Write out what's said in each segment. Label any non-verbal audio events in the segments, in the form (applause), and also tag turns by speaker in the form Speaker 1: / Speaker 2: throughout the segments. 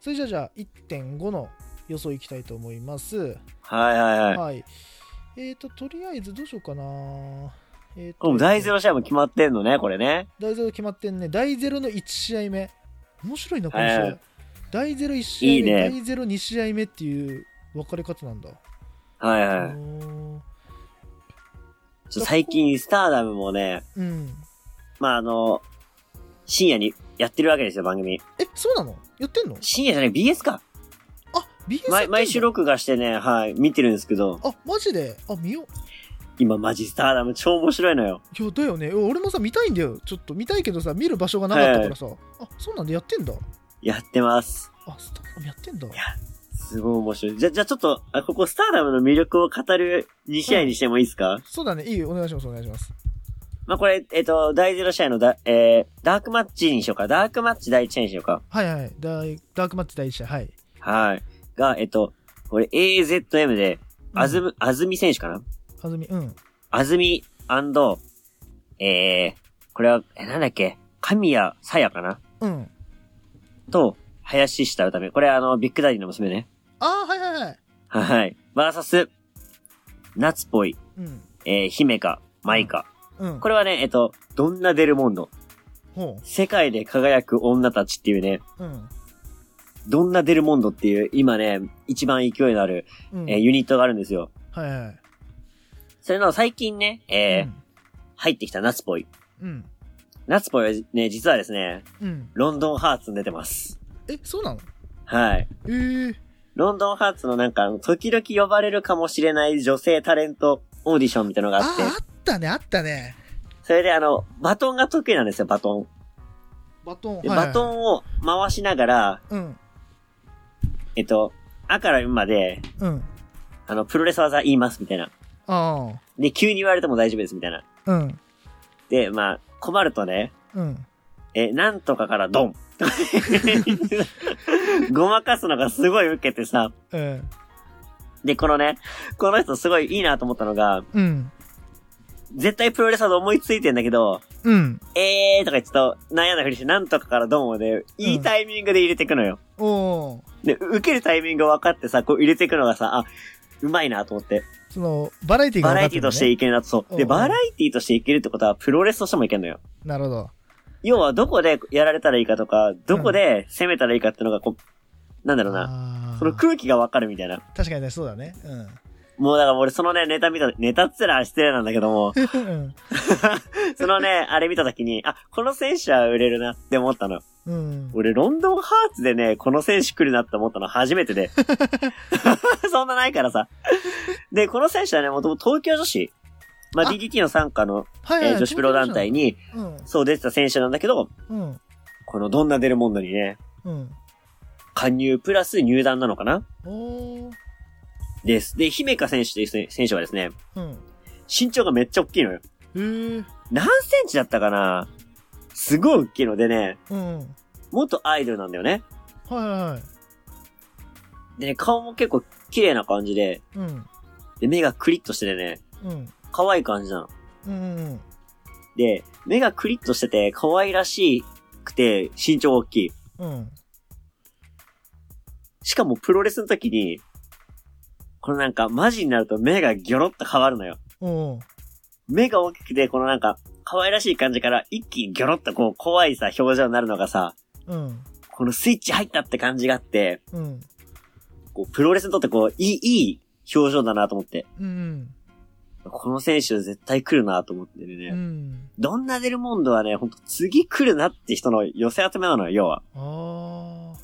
Speaker 1: それじゃあじゃあ1.5の予想いきたいと思います。
Speaker 2: はいはいはい。
Speaker 1: はい。えっ、と、とりあえずどうしようかな。えー
Speaker 2: これも大ゼロ試合も決
Speaker 1: っ
Speaker 2: まってんのね、これね。
Speaker 1: 大ゼロ決まってんね。大ゼロの1試合目。面白いな、この試合。
Speaker 2: はい
Speaker 1: 大ゼロ1試合目、
Speaker 2: いいね
Speaker 1: 大ゼロ2試合目っていう分かれ方なんだ。
Speaker 2: はいは
Speaker 1: う
Speaker 2: い。
Speaker 1: ーん
Speaker 2: ちょ最近、スターダムもね、
Speaker 1: うん。
Speaker 2: まああの、深夜にやってるわけですよ、番組。
Speaker 1: え、そうなのやってんの
Speaker 2: 深夜じゃない、BS か。
Speaker 1: あ、BS やってん
Speaker 2: 毎
Speaker 1: の
Speaker 2: 毎週録画してね、はい、見てるんですけど、
Speaker 1: あ、マジであ、見よう。
Speaker 2: 今マジスターダム超面白いのよ。
Speaker 1: いやだよねいや俺もさ見たいんだよちょっと見たいけどさ見る場所がなかったからさ、あそうなんでやってんだ
Speaker 2: やってます。
Speaker 1: あスタッフやってんだ
Speaker 2: すごい面白い。じゃ、じゃあちょっと、あここスターダムの魅力を語る2試合にしてもいいですか、
Speaker 1: そうだねいいよお願いしますお願いします
Speaker 2: まあこれ、えっと、第0試合のだ、えー、ダークマッチにしようか。ダークマッチ第1試合にしようか。
Speaker 1: はいはいダイダークマッチ第一試合はい
Speaker 2: はい。が、えっと、これ AZM で、あず
Speaker 1: み
Speaker 2: む、あずみ選手かな
Speaker 1: あずみうん
Speaker 2: あずみ、えー、これは、え、なんだっけ神谷さやかな
Speaker 1: うん
Speaker 2: と、林下歌め。これあの、ビッグダディの娘ね。
Speaker 1: あーはいはいはい
Speaker 2: はい。バーサス、夏っぽい、
Speaker 1: うん
Speaker 2: えー、姫か、舞か。
Speaker 1: うん
Speaker 2: これはね、えっと、ドンナ・デルモンド。
Speaker 1: ほ
Speaker 2: 世界で輝く女たちっていうね、
Speaker 1: ううん
Speaker 2: ドンナ・デルモンドっていう、今ね、一番勢いのある、
Speaker 1: うん
Speaker 2: えーユニットがあるんですよ。
Speaker 1: はいはい
Speaker 2: それの最近ね、えー入ってきた夏っぽい。
Speaker 1: うんうん
Speaker 2: 夏っぽいはね、実はですね、
Speaker 1: うん
Speaker 2: ロンドンハーツに出てます。
Speaker 1: えそうなの
Speaker 2: はい。
Speaker 1: えー、
Speaker 2: ロンドンハーツのなんか、あの時々呼ばれるかもしれない女性タレントオーディションみたいなの
Speaker 1: あ
Speaker 2: があって、
Speaker 1: ああったねあったね
Speaker 2: それであの、バトンが得意なんですよ、バトン。
Speaker 1: バトン
Speaker 2: で
Speaker 1: はいはい
Speaker 2: バトンを回しながら、
Speaker 1: うん
Speaker 2: えっと、あからうまで、
Speaker 1: うん
Speaker 2: あの、プロレス技言います、みたいな。
Speaker 1: あ
Speaker 2: で、急に言われても大丈夫です、みたいな。
Speaker 1: あうん
Speaker 2: で、まあ、困るとね、
Speaker 1: うん
Speaker 2: え、なんとかか
Speaker 1: (laughs)
Speaker 2: らドンごまかすのがすごい受けてさ、
Speaker 1: うん
Speaker 2: で、このね、この人すごいいいなと思ったのが、
Speaker 1: うん
Speaker 2: 絶対プロレス技思いついてんだけど、
Speaker 1: うん
Speaker 2: えーとか言ってちょっと悩んだふりして、なんとかからドンをね、いいタイミングで入れていくのよ。
Speaker 1: おおー
Speaker 2: で、受けるタイミング分かってさ、こう入れていくのがさ、あ、うまいなと思って。
Speaker 1: そのバラエティが
Speaker 2: バ
Speaker 1: 分
Speaker 2: ラ
Speaker 1: かっ
Speaker 2: エ
Speaker 1: てる
Speaker 2: ティと
Speaker 1: のね
Speaker 2: していけるなと、そう。で、
Speaker 1: うん
Speaker 2: バラエティとしていけるってことは、プロレスとしてもいけるのよ。
Speaker 1: なるほど
Speaker 2: 要は、どこでやられたらいいかとか、どこで攻めたらいいかってのが、こう、なんだろうな。
Speaker 1: あー
Speaker 2: その空気が分かるみたいな。
Speaker 1: 確かにねそうだね
Speaker 2: (laughs)
Speaker 1: うん
Speaker 2: もうだから俺そのね、ネタ見た、ネタっつったら失礼なんだけど
Speaker 1: (laughs)
Speaker 2: も、
Speaker 1: うん
Speaker 2: そのね、あれ見た時に、あ、この選手は売れるなって思ったの。
Speaker 1: うん
Speaker 2: 俺、ロンドンハーツでね、この選手来るなって思ったの初めて (laughs) で。そんなないからさ。で、この選手はね、もともと東京女子、まあ、
Speaker 1: あ
Speaker 2: DDT の参加の、
Speaker 1: は
Speaker 2: えー女子プロ団体
Speaker 1: に
Speaker 2: に、
Speaker 1: うん
Speaker 2: そう出てた選手なんだけど、
Speaker 1: うん
Speaker 2: このどんな出るモンドにね、
Speaker 1: うん
Speaker 2: 加入プラス入団なのかな
Speaker 1: おー
Speaker 2: です。で、姫香選手という選手はですね、
Speaker 1: うん
Speaker 2: 身長がめっちゃ大きいのよ。
Speaker 1: えー
Speaker 2: 何センチだったかなすごい大きいのでね、
Speaker 1: うんはい
Speaker 2: 元アイドルなんだよね。
Speaker 1: はいはい
Speaker 2: でね、顔も結構綺麗な感じで、
Speaker 1: うん
Speaker 2: で、目がクリッとしててね、
Speaker 1: うん
Speaker 2: 可愛い感じなの。
Speaker 1: うんうん
Speaker 2: で、目がクリッとしてて、可愛らしくて、身長大きい。
Speaker 1: うん
Speaker 2: しかもプロレスの時に、このなんか、マジになると目がギョロッと変わるのよ。
Speaker 1: おー
Speaker 2: 目が大きくて、このなんか、可愛らしい感じから、一気にギョロッとこう、怖いさ、表情になるのがさ、
Speaker 1: うん
Speaker 2: このスイッチ入ったって感じがあって、
Speaker 1: うん
Speaker 2: こう、プロレスにとってこう、いい、いい表情だなと思って。
Speaker 1: うん
Speaker 2: この選手絶対来るなと思ってるね。
Speaker 1: うん
Speaker 2: どんなデルモンドはね、ほんと次来るなって人の寄せ集めなのよ、要は。
Speaker 1: ああは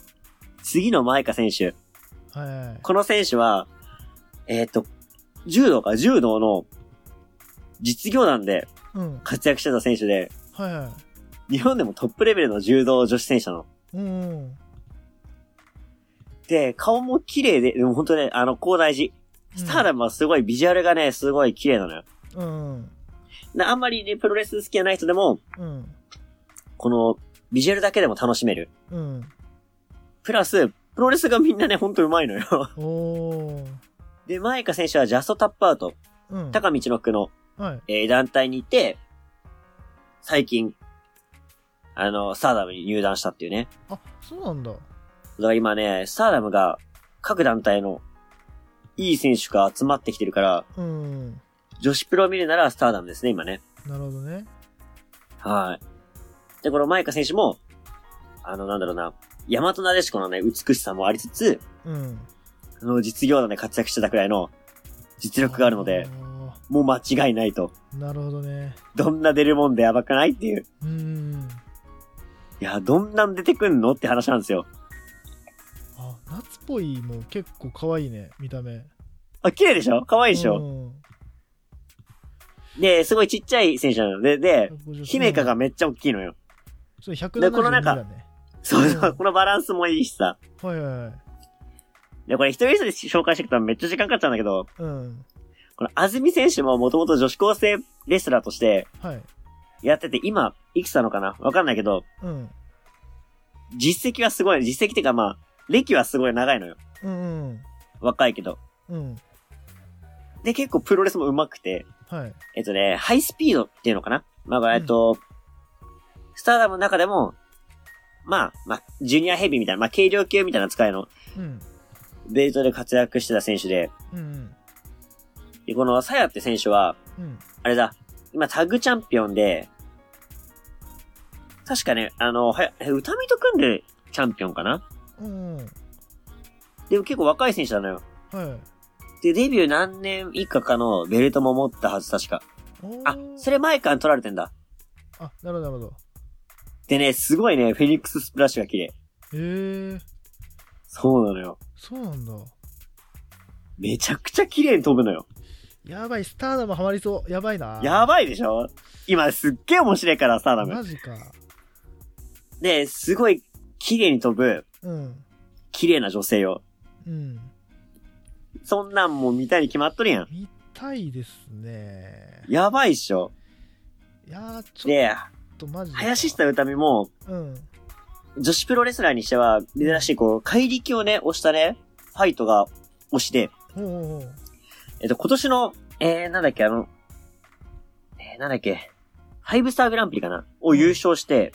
Speaker 2: 次のマイカ選手。
Speaker 1: いはい
Speaker 2: この選手は、えっ、と、柔道か、柔道の実業団で
Speaker 1: うん
Speaker 2: 活躍してた選手で、
Speaker 1: はいはい
Speaker 2: 日本でもトップレベルの柔道女子選手なの。
Speaker 1: うん
Speaker 2: で、顔も綺麗で、でもほんとね、あの、高大寺。スターダムはすごいビジュアルがね、すごい綺麗なのよ。
Speaker 1: うん
Speaker 2: であんまりね、プロレス好きじゃない人でも、
Speaker 1: うん
Speaker 2: この、ビジュアルだけでも楽しめる。
Speaker 1: うん
Speaker 2: プラス、プロレスがみんなね、ほんと上手いのよ。
Speaker 1: おー
Speaker 2: で、マイカ選手はジャストタップアウト、
Speaker 1: うん
Speaker 2: 高道の区の、
Speaker 1: はい
Speaker 2: えー団体にいて、最近、あの、スターダムに入団したっていうね。
Speaker 1: あそうなんだ
Speaker 2: が今ね、スターダムが各団体のいい選手が集まってきてるから、
Speaker 1: うん。
Speaker 2: 女子プロ見るならスターダムですね、今ね。
Speaker 1: なるほどね。
Speaker 2: はい。で、このマイカ選手も、あの、なんだろうな、ヤマトナデシコのね、美しさもありつつ、
Speaker 1: うん。
Speaker 2: あの、実業団で活躍してたくらいの実力があるので、
Speaker 1: あ
Speaker 2: もう間違いないと。
Speaker 1: ー。なるほどね。
Speaker 2: どんな出るもんでやばくないっていう。
Speaker 1: うん。
Speaker 2: いや、どんなん出てくんのって話なんですよ。
Speaker 1: あ、夏っぽいも結構可愛いね、見た目。
Speaker 2: あ、綺麗でしょ可愛いでしょ、
Speaker 1: ょ。
Speaker 2: で、すごいちっちゃい選手なので、で、
Speaker 1: 150
Speaker 2: 姫香が。めっちゃ大きいのよ。
Speaker 1: そう、172
Speaker 2: でこの中
Speaker 1: だね。
Speaker 2: そう
Speaker 1: う
Speaker 2: そう、
Speaker 1: ん
Speaker 2: このバランスもいいしさ。
Speaker 1: はいはいはい。
Speaker 2: で、これ一人一人紹介していくとめっちゃ時間かかっちゃうんだけど、
Speaker 1: うん。
Speaker 2: この安住選手ももともと女子高生レスラーとして
Speaker 1: はい。
Speaker 2: やってて、今、いくつなのかなわかんないけど、
Speaker 1: うん。
Speaker 2: 実績はすごい、実績っていうかまあ、歴はすごい長いのよ。
Speaker 1: うんうん。
Speaker 2: 若いけど。
Speaker 1: うん。
Speaker 2: で、結構プロレスも上手くて、
Speaker 1: はい。
Speaker 2: えっとね、ハイスピードっていうのかなまあ、
Speaker 1: う
Speaker 2: え
Speaker 1: ん
Speaker 2: っと、スターダムの中でも、まあ、まあ、ジュニアヘビーみたいな、まあ、軽量級みたいな使いの
Speaker 1: うん。
Speaker 2: ベルトで活躍してた選手で、
Speaker 1: うん。
Speaker 2: で、このサヤって選手は、
Speaker 1: うん。
Speaker 2: あれだ、今タッグチャンピオンで、確かね、あの、はや、え歌見と組んでチャンピオンかな
Speaker 1: うん。うん。
Speaker 2: でも結構若い選手なのよ。
Speaker 1: はい。
Speaker 2: で、デビュー何年以下かのベルトも持ったはず、確か。
Speaker 1: おー
Speaker 2: あ、それ前から取られてんだ。
Speaker 1: あ、なるほど、なるほど。
Speaker 2: でね、すごいね、フェニックススプラッシュが綺麗。
Speaker 1: えー、
Speaker 2: そうなのよ。
Speaker 1: そうなんだ。
Speaker 2: めちゃくちゃ綺麗に飛ぶのよ。
Speaker 1: やばい、スターダムハマりそう。やばいな。
Speaker 2: やばいでしょ今すっげえ面白いからさ、ダム。
Speaker 1: マジか。
Speaker 2: で、すごい綺麗に飛ぶ、
Speaker 1: うん。
Speaker 2: 綺麗な女性よ。
Speaker 1: うん。
Speaker 2: そんなんもう見たいに決まっとるやん。
Speaker 1: 見たいですね。
Speaker 2: やばいっしょ。
Speaker 1: いやー、ちょ
Speaker 2: で、
Speaker 1: っとマジで。
Speaker 2: 林下歌美も、
Speaker 1: うん。
Speaker 2: 女子プロレスラーにしては、珍しい、こう、怪力をね、押したね、ファイトが押して、
Speaker 1: おうおうおう
Speaker 2: えっと、今年の、えー、なんだっけ、あの、えー、なんだっけ、ファイブスターグランプリかなを優勝して、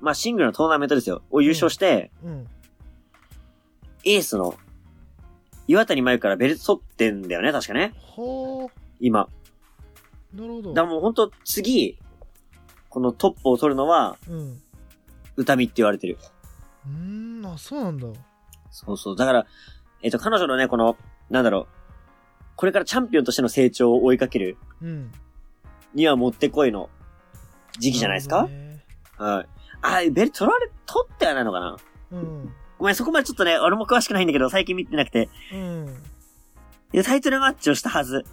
Speaker 2: まあ、シングルのトーナメントですよ。を優勝して、
Speaker 1: うん。
Speaker 2: エースの、岩谷真由からベルト取ってんだよね、確かね。
Speaker 1: ほー。
Speaker 2: 今。
Speaker 1: なるほど。
Speaker 2: だからもうほんと、次、このトップを取るのは、
Speaker 1: うん。う
Speaker 2: 歌見って言われてる。
Speaker 1: ーん、あ、そうなんだ。
Speaker 2: そうそう。だから、えっ、と、彼女のね、この、なんだろう、これからチャンピオンとしての成長を追いかける
Speaker 1: うん。
Speaker 2: にはもってこいの時期じゃないですか、
Speaker 1: るほどね
Speaker 2: はい。あ、ベル取られ、取ってはないのかな
Speaker 1: うん。
Speaker 2: ごめん、そこまでちょっとね、俺も詳しくないんだけど、最近見てなくて。
Speaker 1: うん。
Speaker 2: で、タイトルマッチをしたはず。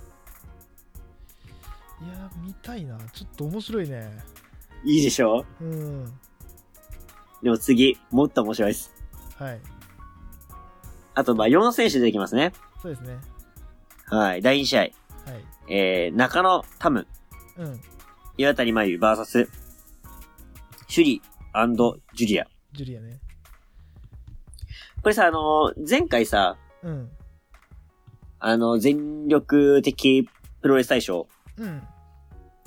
Speaker 1: いやー、見たいな。ちょっと面白いね。
Speaker 2: いいでしょ
Speaker 1: うん。
Speaker 2: うでも次、もっと面白いです。
Speaker 1: はい。
Speaker 2: あと、まあ、4選手出てきますね。
Speaker 1: そうですね。
Speaker 2: はい。第2試合。
Speaker 1: はい。
Speaker 2: えー、中野タム、
Speaker 1: うん。
Speaker 2: 岩谷真由 VS、シュリージュリア。
Speaker 1: ジュリアね。
Speaker 2: これさ、あのー前回さ、
Speaker 1: うん。
Speaker 2: あの、全力的プロレス大賞
Speaker 1: うん。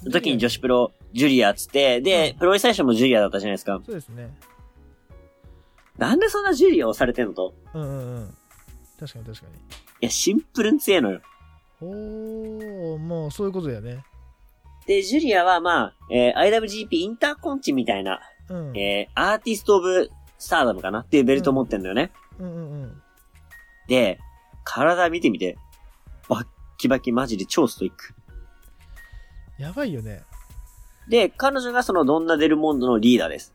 Speaker 2: の時に女子プ
Speaker 1: ロ。
Speaker 2: ロ、ジュリアっつって、で
Speaker 1: う、ん
Speaker 2: プロレス大賞もジュリアだったじゃないですか。
Speaker 1: そうですね。
Speaker 2: なんでそんなジュリアをされてんのと。
Speaker 1: うんうんうん。確かに確かに。
Speaker 2: いや、シンプルに強いのよ。
Speaker 1: おー、もうそういうことだよね。
Speaker 2: で、ジュリアはまあ、えー IWGP インターコンチみたいな、
Speaker 1: うん。
Speaker 2: えー、アーティストオブスターダムかなっていうベルトを持ってんだよね。
Speaker 1: うんうんうん。
Speaker 2: で、体見てみて。バッキバキマジで超ストイック。
Speaker 1: やばいよね。
Speaker 2: で、彼女がそのドンナ・デルモンドのリーダーです。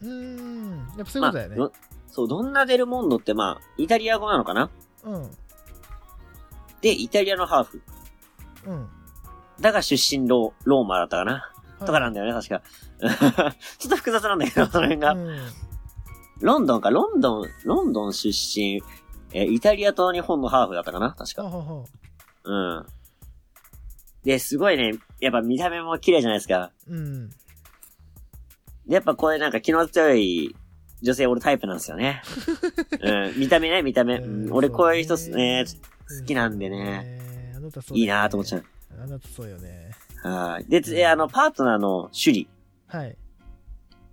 Speaker 1: うーん。やっぱそういうことだよね。
Speaker 2: まあどそう、ドンナ・デルモンドってまあ、イタリア語なのかな
Speaker 1: うん。
Speaker 2: で、イタリアのハーフ。
Speaker 1: うん。
Speaker 2: だが出身ローローマだったかな、とかなんだよね、確か。 (laughs) ちょっと複雑なん
Speaker 1: (laughs)
Speaker 2: だけど、その辺が。
Speaker 1: うん。
Speaker 2: ロンドンか、ロンドン、ロンドン出身、えーイタリアと日本のハーフだったかな確
Speaker 1: あ
Speaker 2: か。
Speaker 1: はは。
Speaker 2: うん。で、すごいね、やっぱ見た目も綺麗じゃないですか。
Speaker 1: うん。
Speaker 2: でやっぱこれなんか気の強い女性俺タイプなんですよ
Speaker 1: (laughs)
Speaker 2: ね。うん、見た目ね、見た目。うん俺こういう人っすね、好きなんでね。
Speaker 1: ね。あなたそうだよね
Speaker 2: いいなと思っちゃう。
Speaker 1: あなたそうよね。
Speaker 2: はい。で、つえあの、パートナーのシュリ。
Speaker 1: はい。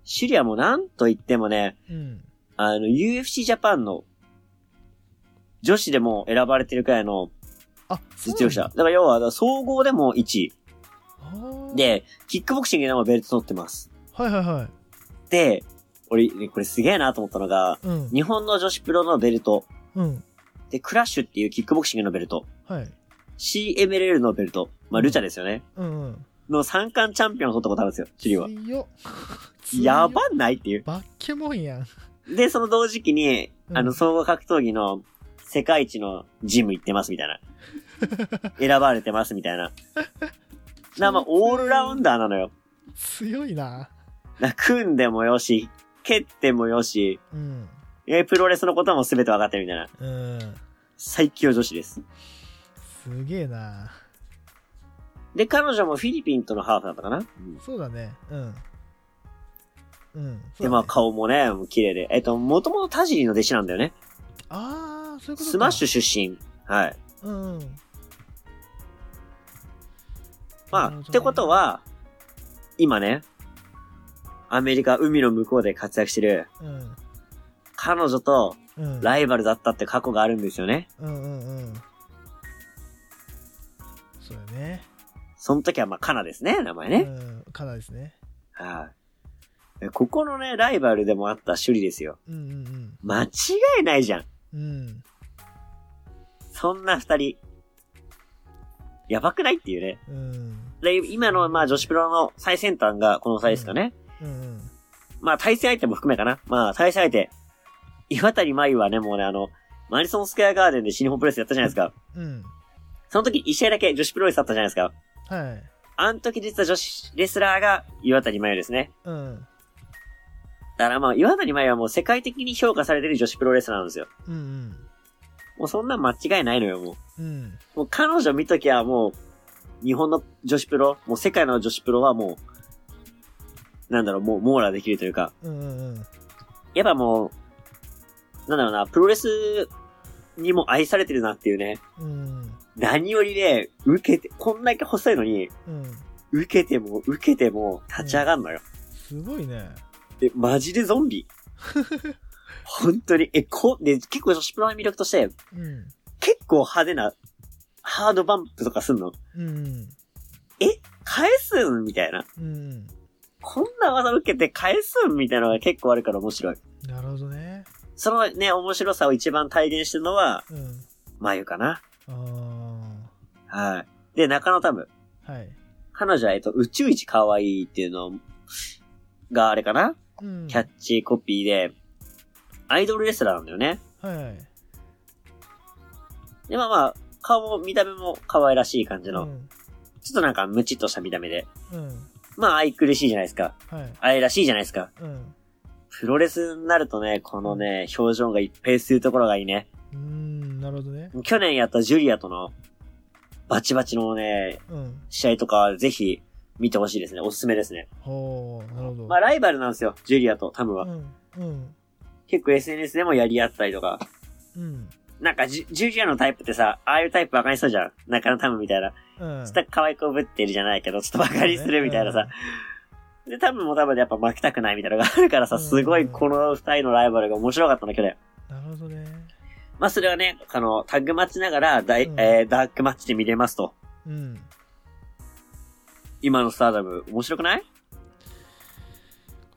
Speaker 2: シュリはもうなんと言ってもね、
Speaker 1: うん。
Speaker 2: あの、UFC ジャパンの女子でも選ばれてるくらいの
Speaker 1: あ、そう
Speaker 2: 実力者。
Speaker 1: な
Speaker 2: だ
Speaker 1: んだ
Speaker 2: から要は、総合でも1位。
Speaker 1: あー
Speaker 2: で、キックボクシングでもベルト取ってます。
Speaker 1: はいはいはい。
Speaker 2: で、俺、ねこれすげえなと思ったのが、
Speaker 1: うん。
Speaker 2: 日本の女子プロのベルト、
Speaker 1: うん。
Speaker 2: で、クラッシュっていうキックボクシングのベルト、
Speaker 1: はい。
Speaker 2: CMLL のベルト、まあ、ルチャですよね。
Speaker 1: うんうん。
Speaker 2: の三冠チャンピオンを取ったことあるんですよ、チリは。
Speaker 1: 強っ (laughs) 強っ
Speaker 2: やばんないっていう。
Speaker 1: バッケモンやん。で
Speaker 2: で、その同時期に、
Speaker 1: うん
Speaker 2: あの、総合格闘技の世界一のジム行ってますみたいな。選ばれてますみたいな。な、まあ、オールラウンダーなのよ。
Speaker 1: 強いな。
Speaker 2: な、組んでもよし、蹴ってもよし、
Speaker 1: うん。
Speaker 2: えプロレスのことも全て分かってるみたい
Speaker 1: う
Speaker 2: な。
Speaker 1: ん。
Speaker 2: 最強女子です。
Speaker 1: すげえな。
Speaker 2: で、彼女もフィリピンとのハーフだったかな、うん
Speaker 1: そうだね。うん。うん。そうだね
Speaker 2: で、まあ、顔もね、もう綺麗で。えっと、もともと田尻の弟子なんだよね。
Speaker 1: あー、そういうことか
Speaker 2: スマッシュ出身。はい。
Speaker 1: うんうん。
Speaker 2: ま
Speaker 1: なる
Speaker 2: あ、
Speaker 1: ほどね
Speaker 2: ってことは、今ね、アメリカ海の向こうで活躍してる、
Speaker 1: うん。
Speaker 2: 彼女と
Speaker 1: うん。
Speaker 2: ライバルだったって過去があるんですよね。
Speaker 1: うんうんうん。そうだね。
Speaker 2: その時はまあ、カナですね、名前
Speaker 1: う
Speaker 2: ね。
Speaker 1: ん。カナですね。
Speaker 2: はい、ここのね、ライバルでもあった趣里ですよ。
Speaker 1: うんうん
Speaker 2: 間違いないじゃん。
Speaker 1: うん。うん。
Speaker 2: そんな二人。やばくないっていうね。
Speaker 1: うん。
Speaker 2: で、今のまあ、女子プロの最先端がこの際ですかね。
Speaker 1: うんうん。
Speaker 2: まあ、対戦相手も含めかな。まあ、対戦相手。岩谷麻衣はね、もうね、あの、マリソンスクエアガーデンで新日本プロレスやったじゃないですか。
Speaker 1: うん。
Speaker 2: その時一試合だけ女子プロレスだったじゃないですか。
Speaker 1: はい。
Speaker 2: あの時出てた女子レスラーが岩谷麻衣ですね。
Speaker 1: うん。
Speaker 2: だからまあ岩谷麻衣はもう世界的に評価されてる女子プロレスラーなんですよ。
Speaker 1: うんうん。
Speaker 2: もうそんなん間違いないのよ、も
Speaker 1: うん。
Speaker 2: う。もう彼女見ときゃもう、日本の女子プロ、もう世界の女子プロはもう、なんだろう、もう網羅できるというか、
Speaker 1: うんうんうん。
Speaker 2: やっぱもう、なんだろうな、プロレスにも愛されてるなっていうね。
Speaker 1: うん。
Speaker 2: 何よりね、受けて、こんだけ細いのに、
Speaker 1: うん。
Speaker 2: 受けても受けても立ち上がんのよ。
Speaker 1: すごいね。
Speaker 2: で、マジでゾンビ。本当に、え、こ、で、結構女子プロの魅力として、
Speaker 1: うん。
Speaker 2: 結構派手な、ハードバンプとかすんの。
Speaker 1: うん。
Speaker 2: 返すんみたいな。
Speaker 1: うん。
Speaker 2: こんな技受けて返すんみたいなのが結構あるから面白い。
Speaker 1: なるほどね。
Speaker 2: そのね、面白さを一番体現してるのは、
Speaker 1: うん。
Speaker 2: まゆかな。
Speaker 1: あ
Speaker 2: はい。で、中野タム。
Speaker 1: あ。はい。
Speaker 2: 彼女は、えっと、宇宙一可愛いっていうのがあれかな
Speaker 1: うん。
Speaker 2: キャッチコピーで、アイドルレスラーなんだよね。
Speaker 1: はいはい。
Speaker 2: で、まあまあ、顔も見た目も可愛らしい感じの、
Speaker 1: うん。
Speaker 2: ちょっとなんかムチっとした見た目で。
Speaker 1: うん。
Speaker 2: まあ愛くるしいじゃないですか。
Speaker 1: はい。
Speaker 2: 愛らしいじゃないですか。
Speaker 1: うん。
Speaker 2: プロレスになるとね、このね、表情が一変するところがいいね。
Speaker 1: うん。なるほどね。
Speaker 2: 去年やったジュリアとのバチバチのね、
Speaker 1: うん。
Speaker 2: 試合とかぜひ見てほしいですね。おすすめですね。
Speaker 1: ほう。なるほど。
Speaker 2: まあライバルなんですよ、ジュリアとタムは。
Speaker 1: うん。うん。
Speaker 2: 結構 SNS でもやり合ったりとか。
Speaker 1: うん。
Speaker 2: なんかジュジュリアのタイプってさ、ああいうタイプバカにそうじゃん。中野タムみたいな。
Speaker 1: うん。
Speaker 2: ちょっと可愛くぶってるじゃないけど、ちょっとバカにするみたいなさ。で、多分も多分やっぱ負けたくないみたいなのがあるからさ、
Speaker 1: うん
Speaker 2: すごいこの二人のライバルが面白かったんだけど、
Speaker 1: うん。なるほどね。
Speaker 2: まあそれはね、あの、タッグマッチながらダイ、
Speaker 1: うん
Speaker 2: えーダークマッチで見れますと。
Speaker 1: うん。
Speaker 2: 今のスターダム、面白くない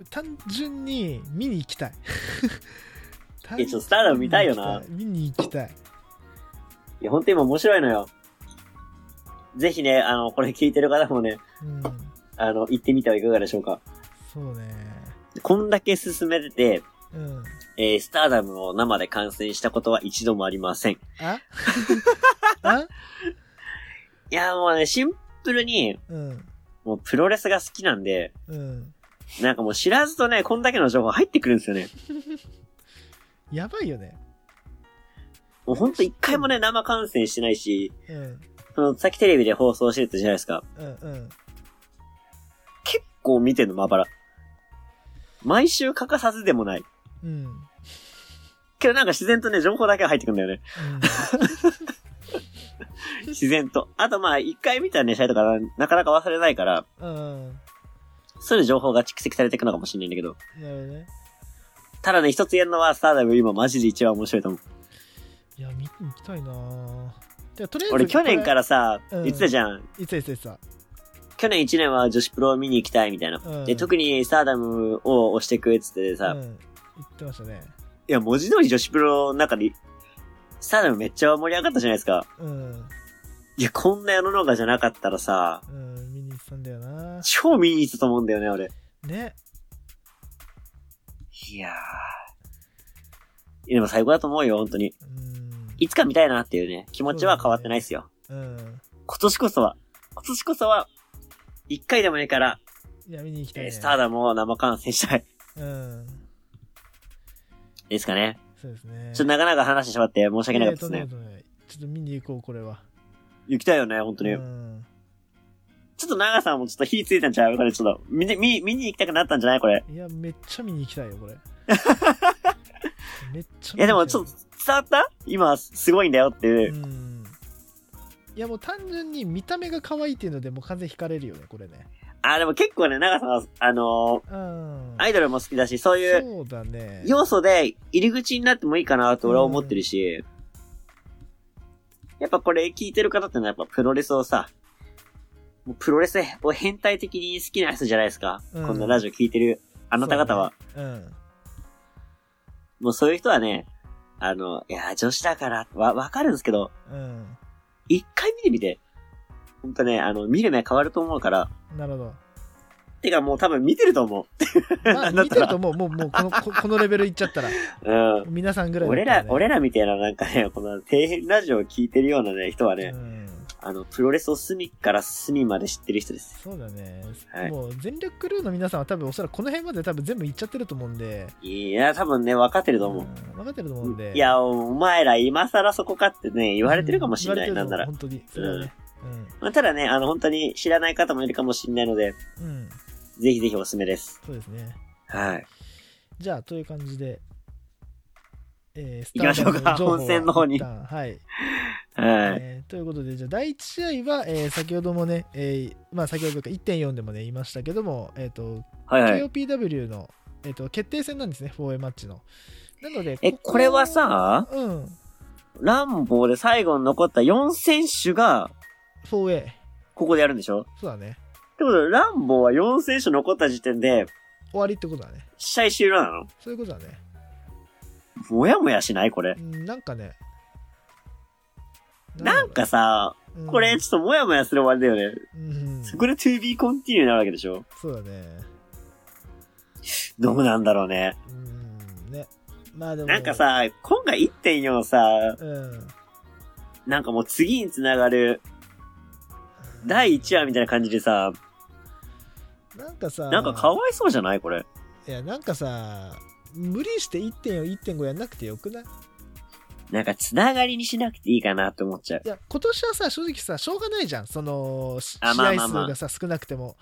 Speaker 1: 単純に見に行きたい。単
Speaker 2: いやちょっとスターダム見たいよな
Speaker 1: 見に行きたい。
Speaker 2: いや、ほんと今面白いのよ。ぜひね、あの、これ聞いてる方もね、
Speaker 1: 見に行きたいうん。
Speaker 2: あの、行ってみてはいかがでしょうか。
Speaker 1: そうね。
Speaker 2: こんだけ進めてて、
Speaker 1: うん。
Speaker 2: えースターダムを生で観戦したことは一度もありません。い (laughs)
Speaker 1: ああ
Speaker 2: や、もうね、シンプルに、
Speaker 1: うん。
Speaker 2: もうプロレスが好きなんで、
Speaker 1: うん。
Speaker 2: なんかもう知らずとね、こんだけの情報入ってくるんですよね。
Speaker 1: やばいよね。
Speaker 2: もうほんと一回もね、生観戦してないし、
Speaker 1: うん。
Speaker 2: その、さっきテレビで放送してたじゃないですか。
Speaker 1: うんうん。
Speaker 2: 結構見てんの、まばら。毎週欠かさずでもない。
Speaker 1: うん。
Speaker 2: けどなんか自然とね、情報だけは入ってくんだよね。自然と。あとまあ、一回見たね、試合とかななかなか忘れないから、
Speaker 1: うん。うん。
Speaker 2: そういう情報が蓄積されていくのかもしれないんだけど。
Speaker 1: なるほどね。
Speaker 2: ただね、一つ言えるのは、スターダム今マジで一番面白いと思う。
Speaker 1: いや、見に行きたいなぁじゃあとりあえず、。
Speaker 2: 俺去年かららさ、
Speaker 1: うん
Speaker 2: 言ってたじゃん。
Speaker 1: いついついつだ。
Speaker 2: 去年1年は女子プロを見に行きたいみたいな。
Speaker 1: うん
Speaker 2: で、特にスターダムを押してくれって言ってて
Speaker 1: う
Speaker 2: さ、い
Speaker 1: ん。言ってましたね。
Speaker 2: や、文字通り女子プロの中で、スターダムめっちゃ盛り上がったじゃないですか。
Speaker 1: うん。
Speaker 2: いや、こんな世の中じゃなかったらさ、
Speaker 1: うん、見に行ってたんだよな
Speaker 2: 超見に行ったと思うんだよね、俺。
Speaker 1: ね。
Speaker 2: いやー。いやでも最高だと思うよ、本当に。
Speaker 1: うん。
Speaker 2: いつか見たいなっていうね、気持ちは変わってないですよ。
Speaker 1: うん。
Speaker 2: 今年こそは、今年こそは、一回でもいいから、
Speaker 1: いや、見に行きたい、
Speaker 2: え
Speaker 1: ね。
Speaker 2: ースターダムを生観戦したい。
Speaker 1: うん。
Speaker 2: ですかね。
Speaker 1: そうですね。
Speaker 2: ちょっとなかなか話してしまって申し訳なかったです
Speaker 1: いや
Speaker 2: ね。
Speaker 1: とんでもないちょっと見に行こう、これは。
Speaker 2: 行きたいよね、本当に。
Speaker 1: うん。
Speaker 2: ちょっと長さんもちょっと火ついたんちゃうこれちょっと、見て、見、見に行きたくなったんじゃないこれ。
Speaker 1: いや、めっちゃ見に行きたいよ、こ
Speaker 2: (laughs)
Speaker 1: れ。めっちゃ見に行きた
Speaker 2: いやでもちょっと伝わった今、すごいんだよっていうう。
Speaker 1: ん。いや、もう単純に見た目が可愛いっていうので、もう完全に惹かれるよね、これね。
Speaker 2: あ、でも結構ね、長さんは、あの
Speaker 1: うん。
Speaker 2: ーアイドルも好きだし、そういう
Speaker 1: そうだね。
Speaker 2: 要素で入り口になってもいいかなと俺は思ってるし、やっぱこれ聞いてる方ってのはやっぱプロレスをさ、もうプロレスを変態的に好きな人じゃないですか。
Speaker 1: うん
Speaker 2: こんなラジオ聞いてるあなた方は。
Speaker 1: うん。
Speaker 2: もうそういう人はね、あの、いや、女子だから、わ、わかるんですけど、
Speaker 1: うん。
Speaker 2: 一回見てみて。ほんとね、あの、見る目変わると思うから。
Speaker 1: なるほ
Speaker 2: (laughs)
Speaker 1: ど。
Speaker 2: てかもう多分見てると思
Speaker 1: まあ、
Speaker 2: だったら
Speaker 1: 見てるともう、もう、もうこの、ここのレベルいっちゃったら、
Speaker 2: う。うん。
Speaker 1: 皆さんぐらいだ
Speaker 2: 俺
Speaker 1: った
Speaker 2: ら、俺らみたいななんかね、この底辺ラジオを聞いてるようなね、人はね、
Speaker 1: うん。
Speaker 2: あの、プロレスを隅から隅まで知ってる人です。
Speaker 1: そうだね、
Speaker 2: はい
Speaker 1: もう全力クルーの皆さんは多分おそらくこの辺まで多分全部いっちゃってると思うんで、
Speaker 2: いや、多分ね、分かってると思う。
Speaker 1: ん分かってると思うんで
Speaker 2: いや、お前ら今更そこかってね、言われてるかもしれない、
Speaker 1: うん
Speaker 2: なんなら。
Speaker 1: 本当にそれはねうん、
Speaker 2: まあただね、あの、本当に知らない方もいるかもしれないので、
Speaker 1: うん、
Speaker 2: ぜひぜひおすすめです。
Speaker 1: そうですね
Speaker 2: はい。
Speaker 1: じゃあという感じで、えー、ス
Speaker 2: 行きましょう
Speaker 1: タ
Speaker 2: か
Speaker 1: ーダム情報は
Speaker 2: 本戦の方に
Speaker 1: 一旦はい、
Speaker 2: はい。
Speaker 1: えーということでじゃあ第1試合は、えー先ほどもね、えーまあ先ほどというか1.4でもね言いましたけどもえっ、と
Speaker 2: はいはい。
Speaker 1: KOPW の、えー、と決定戦なんですね 4A マッチのなので
Speaker 2: え、これはさ、
Speaker 1: うん
Speaker 2: ランボーで最後に残った4選手が、
Speaker 1: 4A
Speaker 2: ここでやるんでしょ
Speaker 1: そうだね
Speaker 2: ってことで、ランボーは4選手残った時点で、
Speaker 1: 終わりってことだね
Speaker 2: 試合終了なの
Speaker 1: そういうことだね。
Speaker 2: もやもやしないこれ
Speaker 1: う。んなんかね。
Speaker 2: なんかさ、
Speaker 1: うん
Speaker 2: これ、ちょっともやもやする終わりだよね。
Speaker 1: うん、
Speaker 2: そこで to be continue になるわけでしょ
Speaker 1: そうだね。
Speaker 2: どうなんだろうね。
Speaker 1: うん、ね。まあでも。
Speaker 2: なんか、さ、今回1.4さ、
Speaker 1: うん。
Speaker 2: なんかもう次につながる第1話みたいな感じでさ、
Speaker 1: なんかさ、
Speaker 2: なんかかわいそうじゃないこれ。
Speaker 1: いや、なんかさ、無理して1.4、1.5やんなくてよくない
Speaker 2: なんかつながりにしなくていいかなって思っちゃう。
Speaker 1: いや、今年はさ、正直さ、しょうがないじゃん。その、し試
Speaker 2: あま
Speaker 1: 合
Speaker 2: あまあ
Speaker 1: 数
Speaker 2: まあ
Speaker 1: がさ、少なくても。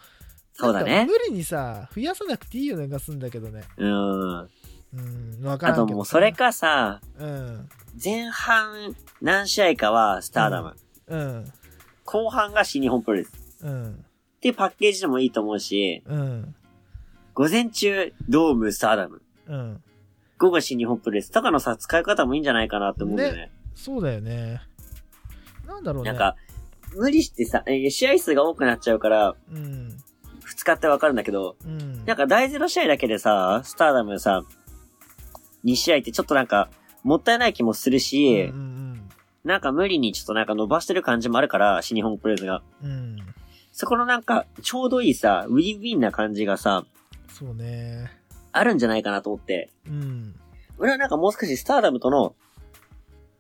Speaker 2: そうだ
Speaker 1: な
Speaker 2: ね
Speaker 1: んか。無理にさ、増やさなくていいような気がするんだけどね。
Speaker 2: うん。
Speaker 1: うん、わからん
Speaker 2: あ
Speaker 1: けど
Speaker 2: ともうそれ。かさ、
Speaker 1: うん。
Speaker 2: 前半何試合かはスターダム、
Speaker 1: うん。
Speaker 2: 後半が新日本プロレス。
Speaker 1: うん。
Speaker 2: っていうパッケージでもいいと思うし、
Speaker 1: うん。
Speaker 2: 午前中ドームスターダム、
Speaker 1: うん。
Speaker 2: 午後新日本プロレスとかのさ、使い方もいいんじゃないかなって思うんだよね
Speaker 1: そうだよね。なんだろうね。
Speaker 2: なんか、無理してさ、えー試合数が多くなっちゃうから、
Speaker 1: うん。
Speaker 2: 2日ってわかるんだけど、
Speaker 1: うん。
Speaker 2: なんか大事の試合だけでさ、スターダムさ、2試合ってちょっとなんか、もったいない気もする
Speaker 1: うん
Speaker 2: し、
Speaker 1: うん
Speaker 2: なんか無理にちょっとなんか伸ばしてる感じもあるから、新日本プロレスが。
Speaker 1: うん。うん。
Speaker 2: そこのなんか、ちょうどいいさ、ウィンウィンな感じがさ、
Speaker 1: そうね。
Speaker 2: あるんじゃないかなと思って、
Speaker 1: うん。
Speaker 2: 俺はなんかもう少しスターダムとの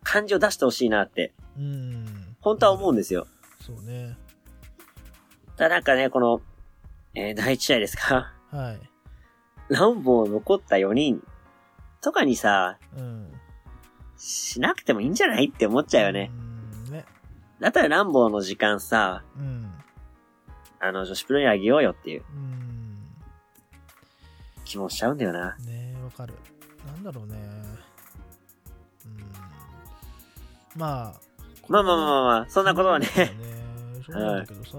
Speaker 2: 感じを出してほしいなって、
Speaker 1: うん。
Speaker 2: 本当は思うんですよ。
Speaker 1: そうね。
Speaker 2: ただなんかね、この、えー第1試合ですか (laughs)
Speaker 1: はい。
Speaker 2: ランボー残った4人とかにさ、
Speaker 1: うん。
Speaker 2: しなくてもいいんじゃないって思っちゃうよね。
Speaker 1: うん。ね。
Speaker 2: だったらランボーの時間さ、
Speaker 1: うん。
Speaker 2: あの、女子プロにあげようよっていう
Speaker 1: うん。
Speaker 2: 気もしちゃうんだよな。
Speaker 1: ねわかる。なんだろうね。うん。まあ。
Speaker 2: まあまあまあまあまあ、そんなことはね。
Speaker 1: ね。そうなんだけどさ。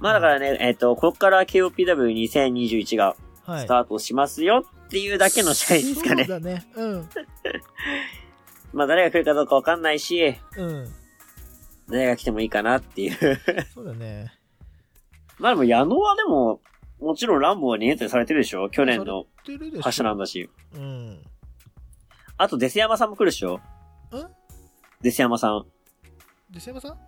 Speaker 2: まあだからね、えっ、と、ここから KOPW2021 が
Speaker 1: はい
Speaker 2: ス。タートしますよっていうだけの試合ですかね。
Speaker 1: そうだね。うん。
Speaker 2: まあ誰が来るかどうかわかんないし、
Speaker 1: うん。
Speaker 2: 誰が来てもいいかなっ
Speaker 1: (laughs)
Speaker 2: ていう。
Speaker 1: そうだね。
Speaker 2: まあでも矢野はでも、もちろんランボーにエントリーされてるでしょ去年の
Speaker 1: 知ってるで
Speaker 2: 覇
Speaker 1: し
Speaker 2: 者
Speaker 1: ょ。
Speaker 2: なんだし。
Speaker 1: うん。
Speaker 2: あと、デス山さんも来るでしょ
Speaker 1: うん
Speaker 2: デス山さん。
Speaker 1: で、瀬山さん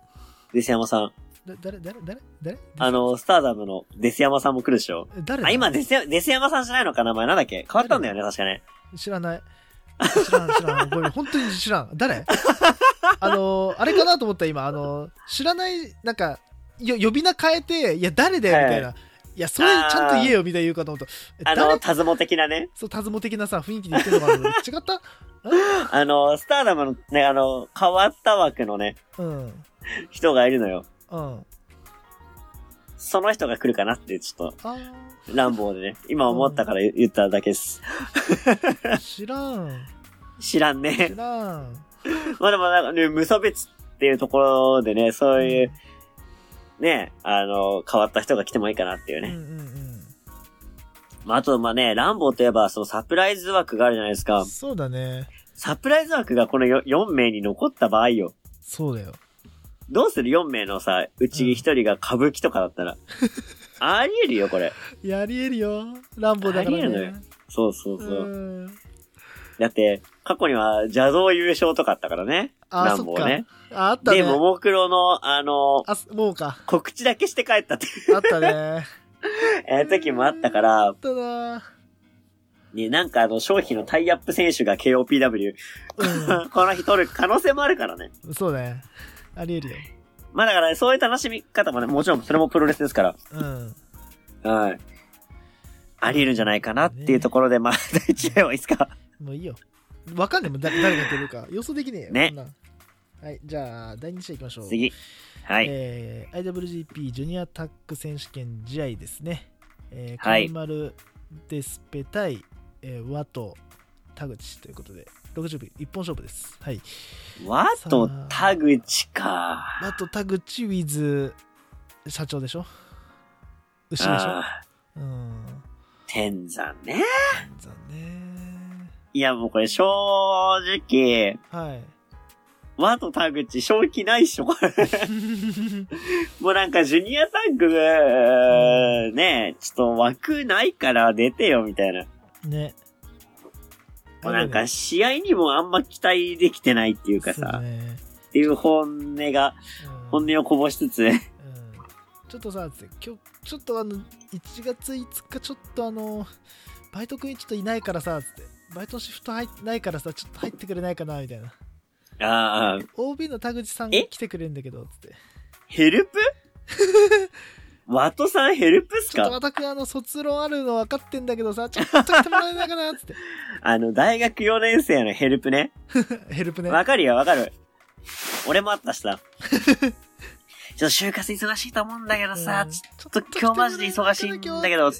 Speaker 2: デス山さん。
Speaker 1: だ誰誰誰誰
Speaker 2: あの、スターダムのデス山さんも来るでしょ
Speaker 1: 誰だ
Speaker 2: あ、今デス、デス山さんじゃないのか名前なんだっけ変わったんだよね、確かね。
Speaker 1: 知らない。知らん、知らん。ごめん、本当に知らん。
Speaker 2: (laughs)
Speaker 1: 誰あの、あれかなと思った、今。あの、知らない、なんか、よ呼び名変えて、いや、誰だよ、
Speaker 2: はい
Speaker 1: みたいな。いや、それち
Speaker 2: あー
Speaker 1: ゃんと言えよ、みたいな言うかと思った。え
Speaker 2: あ
Speaker 1: 誰
Speaker 2: の、タズモ的なね。
Speaker 1: そう、タズモ的なさ、雰囲気で言ってるのかな違った
Speaker 2: あの、スターダムのね、あの、変わった枠のね、
Speaker 1: うん。
Speaker 2: 人がいるのよ。
Speaker 1: うん。
Speaker 2: その人が来るかなって、ちょっ
Speaker 1: あ
Speaker 2: と、乱暴でね。今思ったから言言っただけです。
Speaker 1: ー知らん。
Speaker 2: 知らんね (laughs)
Speaker 1: 知。らん。
Speaker 2: まあでもなんかね、無差別っていうところでね、そういう、ね、あの、変わった人が来てもいいかなっていう
Speaker 1: うんう
Speaker 2: ね。
Speaker 1: ん
Speaker 2: まああと、まあね、ランボーといえば、そのサプライズ枠があるじゃないです
Speaker 1: うん。
Speaker 2: か。
Speaker 1: そうだね。
Speaker 2: サプライズ枠がこの 4, 4名に残った場合よ。
Speaker 1: そうだよ。
Speaker 2: どうする ?4 名のさ、うち1人が歌舞伎とかだっ
Speaker 1: (laughs)
Speaker 2: たら。ありえるよ、これ。
Speaker 1: やりえるよ。乱暴だから
Speaker 2: ありえる
Speaker 1: ね。
Speaker 2: そうそうそうう。
Speaker 1: ん。
Speaker 2: だって、過去には邪道優勝とかあったからね。
Speaker 1: あー、
Speaker 2: ラ
Speaker 1: そっ
Speaker 2: ンボ
Speaker 1: か
Speaker 2: ーね。。
Speaker 1: あ、あったね
Speaker 2: で、。ももクロの、あの、
Speaker 1: あ、もうか。
Speaker 2: 告知だけして帰ったっていう
Speaker 1: あったね。
Speaker 2: えー時 (laughs) もあったか
Speaker 1: あ
Speaker 2: ら
Speaker 1: っ、たな
Speaker 2: ね、なんかあの、商品のタイアップ選手が KOPW、
Speaker 1: う
Speaker 2: (laughs) この日取る可能性もあるからね。
Speaker 1: ん。そうね。ありえるよ。
Speaker 2: まあだから、ね、そういう楽しみ方もね、もちろんそれもプロレスですから、
Speaker 1: うん。
Speaker 2: はい。あり得るんじゃないかなっていうところで、まあ、第一試合はいいですか。
Speaker 1: もういいよ。わかんねえもん、だ誰が出るか。予想できねえよ。
Speaker 2: ね
Speaker 1: こんなんはい、じゃあ、第2試合いきましょう。
Speaker 2: 次。はい。
Speaker 1: えー IWGP ジュニアタック選手権試合ですね。えー、カ
Speaker 2: はい
Speaker 1: ルマル・デスペ対、えー、ワト・田口ということで、60分一本勝負です。はい。
Speaker 2: ワト
Speaker 1: さあ、
Speaker 2: 田口か。
Speaker 1: ワト・田口 with 社長でしょ牛でしょ
Speaker 2: ああ、
Speaker 1: うん。
Speaker 2: 天山ね。
Speaker 1: 残念。
Speaker 2: いや、もうこれ正直、
Speaker 1: はい。
Speaker 2: ワト田口、正気ない
Speaker 1: (laughs)
Speaker 2: っしょ、これ。もうなんか、ジュニアタッグ、ね、ちょっと枠ないから出てよ、みたいな。
Speaker 1: ね。
Speaker 2: もうなん
Speaker 1: あれ
Speaker 2: か、
Speaker 1: だね
Speaker 2: 試合にもあんま期待できてないっていうか
Speaker 1: そうだ
Speaker 2: さ、
Speaker 1: ね
Speaker 2: っていう本音が、
Speaker 1: うん
Speaker 2: 本音をこぼしつつ、 (laughs)
Speaker 1: うんちょっとさ、つって今日、ちょっとあの、1月5日、ちょっとあの、バイト君ちょっといないからさ、つって、バイトのシフト入ってないからさ、ちょっと入ってくれないかな、みたいな。
Speaker 2: ああ、
Speaker 1: OB の田口さんが
Speaker 2: え
Speaker 1: 来てくれるんだけど、つって。
Speaker 2: ヘ
Speaker 1: (laughs)
Speaker 2: ルプワトさんヘルプっす
Speaker 1: ちょっと
Speaker 2: か
Speaker 1: 私、あの、卒論あるの分かってんだけどさ、ちょっと来てもらえないかな、つって。 (laughs)
Speaker 2: あの、大学4年生のヘルプね。
Speaker 1: ヘルプね。
Speaker 2: わかるよ、わかる。俺もあった
Speaker 1: (laughs)
Speaker 2: しさ。ちょっと就活忙しいと思うんだけどさ、
Speaker 1: うん
Speaker 2: ちょっと今日マジで忙しいんだけど、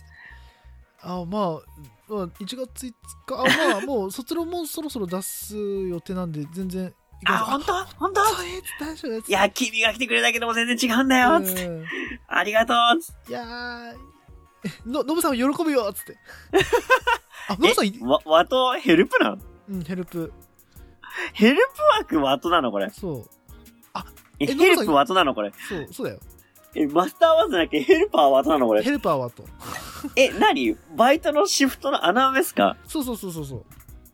Speaker 1: あまあ、まあ、1月5日、あま
Speaker 2: (laughs)
Speaker 1: あ、もう卒論もそろそろ出す予定なんで、全然。
Speaker 2: あ、ほんとほんと
Speaker 1: そうえー大丈夫です。
Speaker 2: いや、君が来てくれたけども全然違うんだ
Speaker 1: う
Speaker 2: よ、
Speaker 1: ん
Speaker 2: つって。ありがとう、つって。
Speaker 1: いやー、のノブさんも喜ぶよっつっ
Speaker 2: (laughs)
Speaker 1: て。あ、ノブさんい、
Speaker 2: わ、ワトヘルプなん
Speaker 1: うん、ヘルプ。
Speaker 2: ヘルプワークワトなのこれ。
Speaker 1: そう、
Speaker 2: え
Speaker 1: え
Speaker 2: ヘル
Speaker 1: なん
Speaker 2: プ
Speaker 1: か
Speaker 2: ワトなのこれ。
Speaker 1: そう、そうだよ。
Speaker 2: え、マスターワーズなきゃヘルパーワトなのこれ。
Speaker 1: ヘルパーはと。
Speaker 2: え、なにバイトのシフトの穴埋めっすか
Speaker 1: そうそうそうそうそう。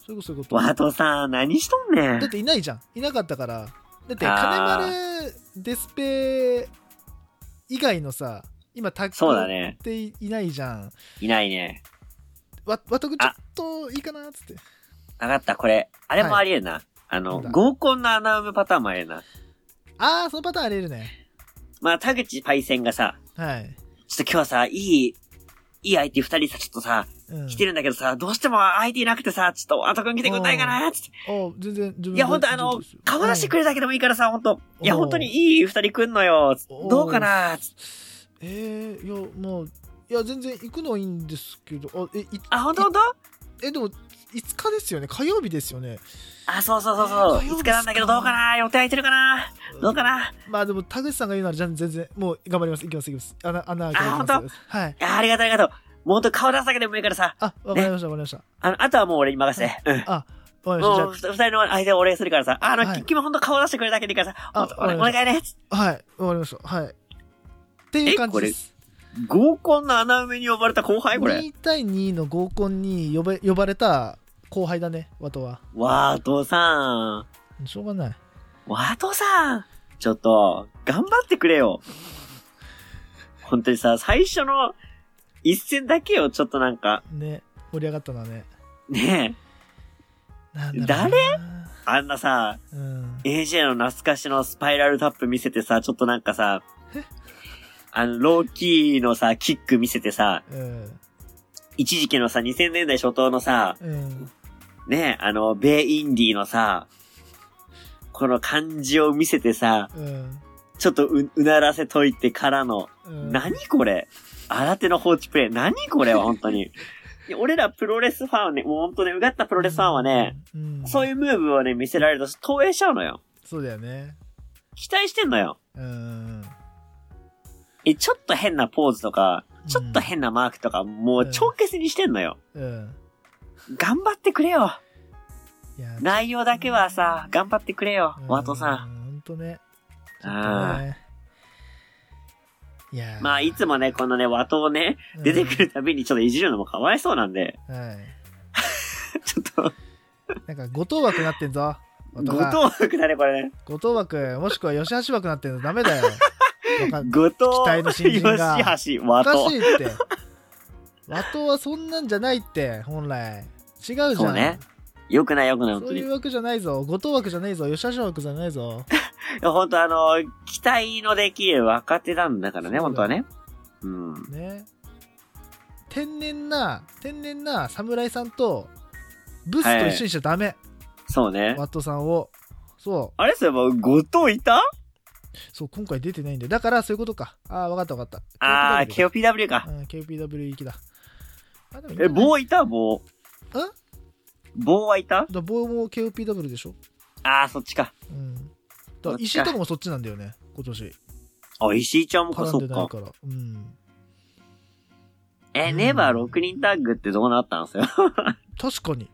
Speaker 1: そういうこと、そういうこと。
Speaker 2: ワトさん、何しとんね
Speaker 1: だっ
Speaker 2: ん。
Speaker 1: ていないじゃん。いなかったから。だって、金
Speaker 2: あー
Speaker 1: 丸、デスペ以外のさ、今、タ
Speaker 2: そうだ
Speaker 1: ッグ
Speaker 2: ね
Speaker 1: っ。ていないじゃん。
Speaker 2: いないね。
Speaker 1: わ、わとくちょっ
Speaker 2: あ
Speaker 1: といいかなっつって。
Speaker 2: わかった、これ。あれもありえるな。あ
Speaker 1: な
Speaker 2: の
Speaker 1: んだ、
Speaker 2: 合コンの穴埋めパターンもありえるな。
Speaker 1: あー、そのパターンありえるね。
Speaker 2: まあ、田口パイセンがさ、
Speaker 1: はい。
Speaker 2: ちょっと今日はさ、いい、いい相手二人さ、ちょっとさ、
Speaker 1: うん、
Speaker 2: 来てるんだけどさ、どうしても相手いなくてさ、ちょっと、ワト君来てくんないかなつって。
Speaker 1: お全然自分
Speaker 2: いや、ほんとあの、顔出してく
Speaker 1: れ、
Speaker 2: れだけでもいいからさ、ほんと。いや、
Speaker 1: おー
Speaker 2: ほんとにいい二人来んのよ。つって
Speaker 1: おー
Speaker 2: どうかなつって
Speaker 1: えー、いや、まあ、いや、全然行くのはいいんですけど、あ、え、い
Speaker 2: あ、ほんとほんと
Speaker 1: え、でも、5日ですよね、火曜日ですよね。
Speaker 2: あ、そうそうそうそう。
Speaker 1: 火曜日
Speaker 2: いつかなんだけど、どうかな予定空いてるかなどうかな
Speaker 1: まあでも、田口さんが言うなら、じゃあ全然、もう頑張ります、行きます、行きます。穴、穴開け
Speaker 2: あ
Speaker 1: ます。行きますはい。
Speaker 2: あありがとう、ありがとう。もうほんと顔出すだけでもいいからさ、
Speaker 1: あ、わかりました、わかりました。
Speaker 2: あの、あとはもう俺に任せて。うん。
Speaker 1: あ、わかりま
Speaker 2: もう、
Speaker 1: し
Speaker 2: ふた二人の間でお礼するからさ、ああの、
Speaker 1: はい
Speaker 2: 君もほんと顔出してくれるだけでいいからさ、
Speaker 1: あ
Speaker 2: ほんとお願いお
Speaker 1: わかりまし
Speaker 2: 願いね。
Speaker 1: た。じゃあはい、わかりました。はい。っていう感じです。
Speaker 2: 合コンの穴埋めに呼ばれた後輩これ。
Speaker 1: 2対2の合コンに呼べ呼ばれた後輩だね、ワトは。
Speaker 2: ワートさん。
Speaker 1: しょうがない。
Speaker 2: ワトさん。ちょっと、頑張ってくれよ。本当にさ、最初の一戦だけよ、ちょっとなんか、
Speaker 1: ね、盛り上がったのはね。
Speaker 2: ね
Speaker 1: なんだろうな
Speaker 2: え、あんなさ、
Speaker 1: うん。
Speaker 2: AJ の懐かしのスパイラルタップ見せてさ、ちょっとなんかさ、あの、ローキーのさ、キック見せてさ、
Speaker 1: うん。
Speaker 2: 一時期のさ、2000年代初頭のさ、
Speaker 1: うん。
Speaker 2: ね、あの、ベイインディのさ、この感じを見せてさ、
Speaker 1: うん。
Speaker 2: ちょっとう、うならせといてからの、
Speaker 1: うん
Speaker 2: 何これ新手の放置プレイ。何こ
Speaker 1: (laughs)
Speaker 2: れは本当に。いや俺らプロレスファンはね、もう本当ね、うがったプロレスファンはね、、
Speaker 1: うん、
Speaker 2: そういうムーブをね、見せられると投影しちゃうのよ。
Speaker 1: そうだよね。
Speaker 2: 期待してんのよ。
Speaker 1: うん。
Speaker 2: え、ちょっと変なポーズとか、ちょっと
Speaker 1: うん
Speaker 2: 変なマークとか、も
Speaker 1: うん
Speaker 2: う帳消せにしてんのよ。
Speaker 1: うん。
Speaker 2: 頑張ってくれよ。
Speaker 1: いや、
Speaker 2: 内容だけはさ、頑張ってくれよ、ワトさ
Speaker 1: ん。ほ
Speaker 2: ん。
Speaker 1: んとね。ちょっと
Speaker 2: あ
Speaker 1: ねいやー
Speaker 2: まあ、いつもね、このね、ワトをね、出てくるたびにちょっといじるのもかわいそうなんで、
Speaker 1: うんはい。
Speaker 2: ちょっと、
Speaker 1: なんか、五等枠なってんぞ。
Speaker 2: ご
Speaker 1: 音が
Speaker 2: 当枠だね、これね。
Speaker 1: 五等枠、もしくは吉橋枠なってんのダメ
Speaker 2: (laughs)
Speaker 1: だよ。わかん
Speaker 2: ご当
Speaker 1: 期待の新人が
Speaker 2: 吉橋、ワ
Speaker 1: おか
Speaker 2: ト
Speaker 1: し。いって。和刀はそんなんじゃないって、本来。違うじゃん。
Speaker 2: そうねよくないよくない、本
Speaker 1: そ
Speaker 2: 当
Speaker 1: う
Speaker 2: に。
Speaker 1: い
Speaker 2: いう
Speaker 1: 枠じゃないぞ。五等枠じゃないぞ。吉橋枠じゃないぞ。
Speaker 2: や、本当あの、期待のできる若手なんだからね、本当はね。うん。
Speaker 1: ね。天然な、天然な侍さんと、ブスと一緒にしちゃダメ。
Speaker 2: そうね。
Speaker 1: ワットさんを。そう。
Speaker 2: あれそういえば、後藤いた
Speaker 1: そう、今回出てないんで。だから、そういうことか。ああ、わかったわかった。
Speaker 2: あー、
Speaker 1: KOPW だ
Speaker 2: KOPW か。
Speaker 1: うん KOPW 行きだ。あ、でもいいんじ
Speaker 2: え、
Speaker 1: ゃない
Speaker 2: 棒いた棒。
Speaker 1: ん
Speaker 2: 棒はいた
Speaker 1: だ棒も KOPW でしょ
Speaker 2: ああ、そっちか。
Speaker 1: うん。だから石井とかもそっちなんだよね、今年。
Speaker 2: あ、石井ちゃんもか、
Speaker 1: 絡
Speaker 2: そ
Speaker 1: んで
Speaker 2: っ
Speaker 1: ない
Speaker 2: か。
Speaker 1: から。うん。
Speaker 2: え、
Speaker 1: うん
Speaker 2: ネバー6人タッグってどうなったんすよ。
Speaker 1: 確か
Speaker 2: (laughs)
Speaker 1: に。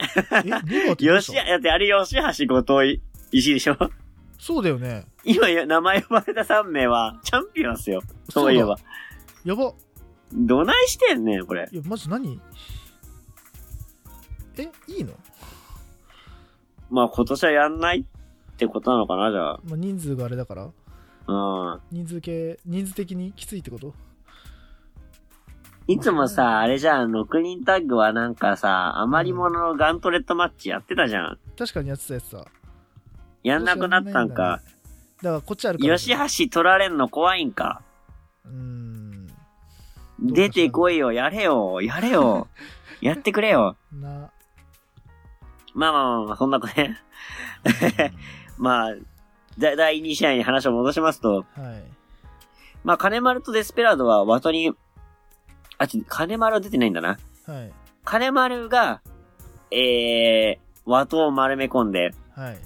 Speaker 1: え、ネバーってどうし
Speaker 2: 吉
Speaker 1: た
Speaker 2: 橋、だってあれ吉橋、後藤、石井でしょ
Speaker 1: そうだよね。
Speaker 2: 今よ、名前呼ばれた3名は、チャンピオンっすよ。そういえば。
Speaker 1: やば。
Speaker 2: どないしてんねん、これ。
Speaker 1: いや、マジ何え、いいの、
Speaker 2: まあ今年はやんないってことなのかな、じゃ
Speaker 1: まあ、人数があれだから
Speaker 2: あ。うん。
Speaker 1: 人数系、人数的にきついってこと
Speaker 2: いつもさ、あれじゃん、6人タッグはなんかさ、余り物のガントレットマッチやってたじゃん。
Speaker 1: 確かにやってたやつさ。
Speaker 2: やんなくなったんか。
Speaker 1: だからこっちあるから。
Speaker 2: 吉橋取られんの怖いんか。
Speaker 1: うーん。どうかしら
Speaker 2: 出てこいよ、やれよ、やれよ。
Speaker 1: (laughs)
Speaker 2: やってくれよ。 (laughs)
Speaker 1: な。
Speaker 2: まあまあまあまあ、そんなことね。 (laughs) まあ、だ第2試合に話を戻しますと、
Speaker 1: はい。
Speaker 2: まあ、金丸とデスペラードはワトに、あ、ちょ、金丸は出てないんだな。
Speaker 1: はい。
Speaker 2: 金丸が、えー、ワトを丸め込んで、
Speaker 1: はい。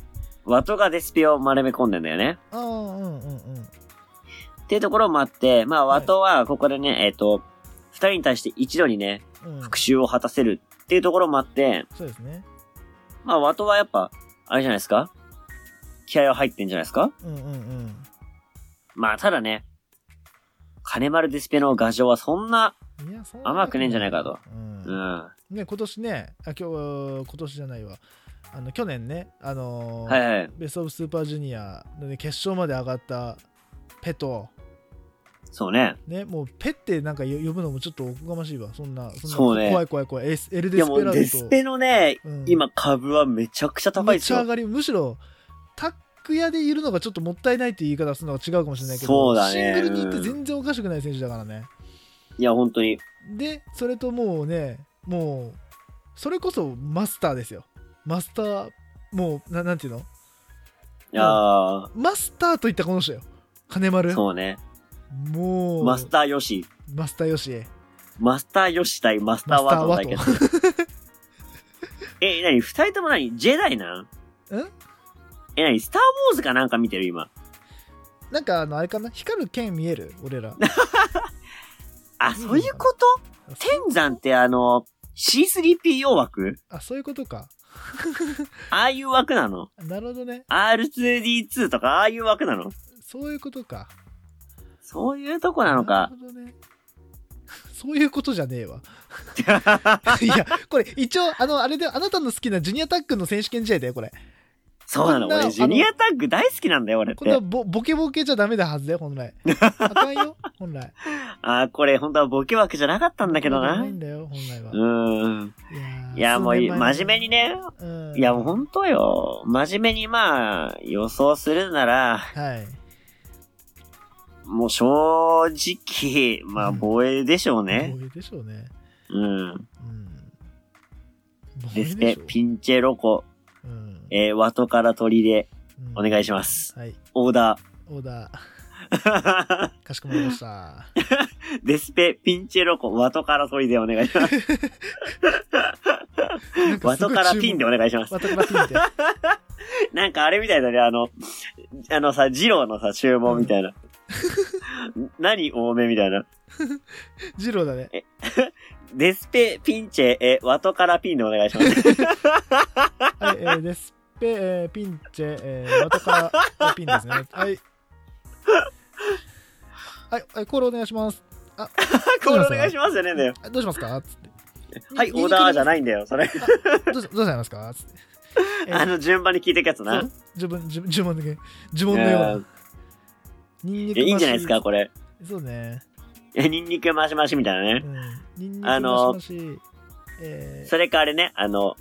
Speaker 2: ワトがデスペを丸め込んでんだよね。
Speaker 1: ああ、うんうんうん。
Speaker 2: っていうところもあって、まあ、
Speaker 1: はい
Speaker 2: ワトはここでね、えっ、と、二人に対して一度にね、
Speaker 1: うん、
Speaker 2: 復讐を果たせるっていうところもあって、
Speaker 1: そうですね。
Speaker 2: まあ、ワトはやっぱ、あれじゃないですか気合は入ってんじゃないですか
Speaker 1: うんうんうん。
Speaker 2: まあ、ただね、金丸デスペの牙城はそんな、
Speaker 1: いや、そん
Speaker 2: 甘くねえんじゃないかと。
Speaker 1: うん。
Speaker 2: うん、
Speaker 1: ね、今年ね、あ、今日、今年じゃないわ。あの、去年ね、あのー
Speaker 2: はいはい。
Speaker 1: ベストオブスーパージュニアの、ね、決勝まで上がったペト、
Speaker 2: そうね。
Speaker 1: ね、もうペってなんかよ呼ぶのもちょっとおこがましいわ、そんな、そんな
Speaker 2: そうね
Speaker 1: 怖い怖い怖い、エスエル
Speaker 2: い
Speaker 1: デ
Speaker 2: や
Speaker 1: ス
Speaker 2: も
Speaker 1: ペラ
Speaker 2: うデ
Speaker 1: ード
Speaker 2: ス
Speaker 1: と、
Speaker 2: ペのね、
Speaker 1: うん
Speaker 2: 今株はめちゃくちゃ高い
Speaker 1: めっ
Speaker 2: で
Speaker 1: ち
Speaker 2: す
Speaker 1: ゃ
Speaker 2: よ
Speaker 1: 上。がり、むしろタック屋でいるのがちょっともったいないっていう言い方するのが違うかもしれないけど、
Speaker 2: そうだね
Speaker 1: シングルに行って全然おかしくない選手だからね。
Speaker 2: いや、本当に。
Speaker 1: で、それともうね、もう、それこそマスターですよ。マスター、もう、ななんていうの
Speaker 2: いやー、
Speaker 1: マスターといったこの人よ。金丸。
Speaker 2: そうね。
Speaker 1: もう、
Speaker 2: マス
Speaker 1: ー。
Speaker 2: ターヨシ。
Speaker 1: マスターよし。
Speaker 2: マスターヨシ対マスターワトの対
Speaker 1: マ
Speaker 2: 決。 (laughs) え、なに二人とも何ジェダイなん
Speaker 1: ん
Speaker 2: え、なにスターウォーズかなんか見てる今。 (laughs)
Speaker 1: なんかあのあれかな光る剣見える俺ら
Speaker 2: あ、そういうこと
Speaker 1: あそ
Speaker 2: 天山ってあの、C3PO 枠
Speaker 1: あそういうことか
Speaker 2: ああいう枠なの
Speaker 1: なるほどね
Speaker 2: ?R2D2 とかああいう枠なの
Speaker 1: そういうことか
Speaker 2: そういうとこなのか。
Speaker 1: るほどね (laughs) そういうことじゃね
Speaker 2: (laughs)
Speaker 1: えわいやこれ一応あのあれであなたの好きなジュニアタックの選手権試合だよこれ
Speaker 2: そうな
Speaker 1: こ
Speaker 2: の
Speaker 1: んな
Speaker 2: 俺、ジュニアタッグ大好きなんだよ、俺っ
Speaker 1: これは
Speaker 2: て。
Speaker 1: ボボケボケじゃダメだはずだよ本来あかんよ本来
Speaker 2: あーこれ本当はボケ枠じゃなかったんだけど
Speaker 1: ボケじゃ
Speaker 2: な。
Speaker 1: な
Speaker 2: う
Speaker 1: いんだよ本来は
Speaker 2: ーん。
Speaker 1: ー
Speaker 2: いや、もう、
Speaker 1: 数年前の
Speaker 2: 真面目にね。
Speaker 1: うん
Speaker 2: いや、もう本当よ。真面目にまあ、予想するなら、
Speaker 1: はい
Speaker 2: もう正直、まあ、
Speaker 1: うん
Speaker 2: 防衛でしょうね。
Speaker 1: 防衛でしょうね
Speaker 2: うん。
Speaker 1: うん防衛
Speaker 2: です
Speaker 1: で
Speaker 2: ね
Speaker 1: しょ。
Speaker 2: ピンチェロコ、
Speaker 1: うん
Speaker 2: えー、ワトから鳥で、お願いしま
Speaker 1: う
Speaker 2: す。
Speaker 1: んはい
Speaker 2: オーダ
Speaker 1: オーダー
Speaker 2: ー。 (laughs)
Speaker 1: かしこまりました
Speaker 2: デスペ、ピンチェロコ、ワトから鳥でお願いします。
Speaker 1: なんか
Speaker 2: ワ
Speaker 1: すごい注
Speaker 2: ト
Speaker 1: 目
Speaker 2: からピンでお願いします。
Speaker 1: ワトからピンで
Speaker 2: なんかあれみたいだね、あの、あのさ、ジローのさ、注文みたいな。何多めみたいな。
Speaker 1: ジローだね
Speaker 2: デスペ、ピンチェ、え、ワトからピンでお願いします。
Speaker 1: はい、えー、デスペ、えー、ピンチェ、えー、ワトからピンですね。はい。はい、はい、コールお願いします。あ、
Speaker 2: これお願いしますよね、だよ。
Speaker 1: あどうしますかつって。
Speaker 2: はい、オーダーじゃないんだよ、それ。
Speaker 1: どうしどうされますかつって。えー
Speaker 2: あの、順番に聞いていくやつな。
Speaker 1: 呪文、呪呪文だけ。呪
Speaker 2: うん
Speaker 1: 文のような。
Speaker 2: い
Speaker 1: ニンニク
Speaker 2: やいいんじゃないですか、これ。 (laughs)
Speaker 1: れ。そうね。
Speaker 2: えニンニクマシマシみたいな
Speaker 1: う
Speaker 2: ね。
Speaker 1: ん。ニンニク
Speaker 2: あの
Speaker 1: マシマシえー、
Speaker 2: それかあれね、あの、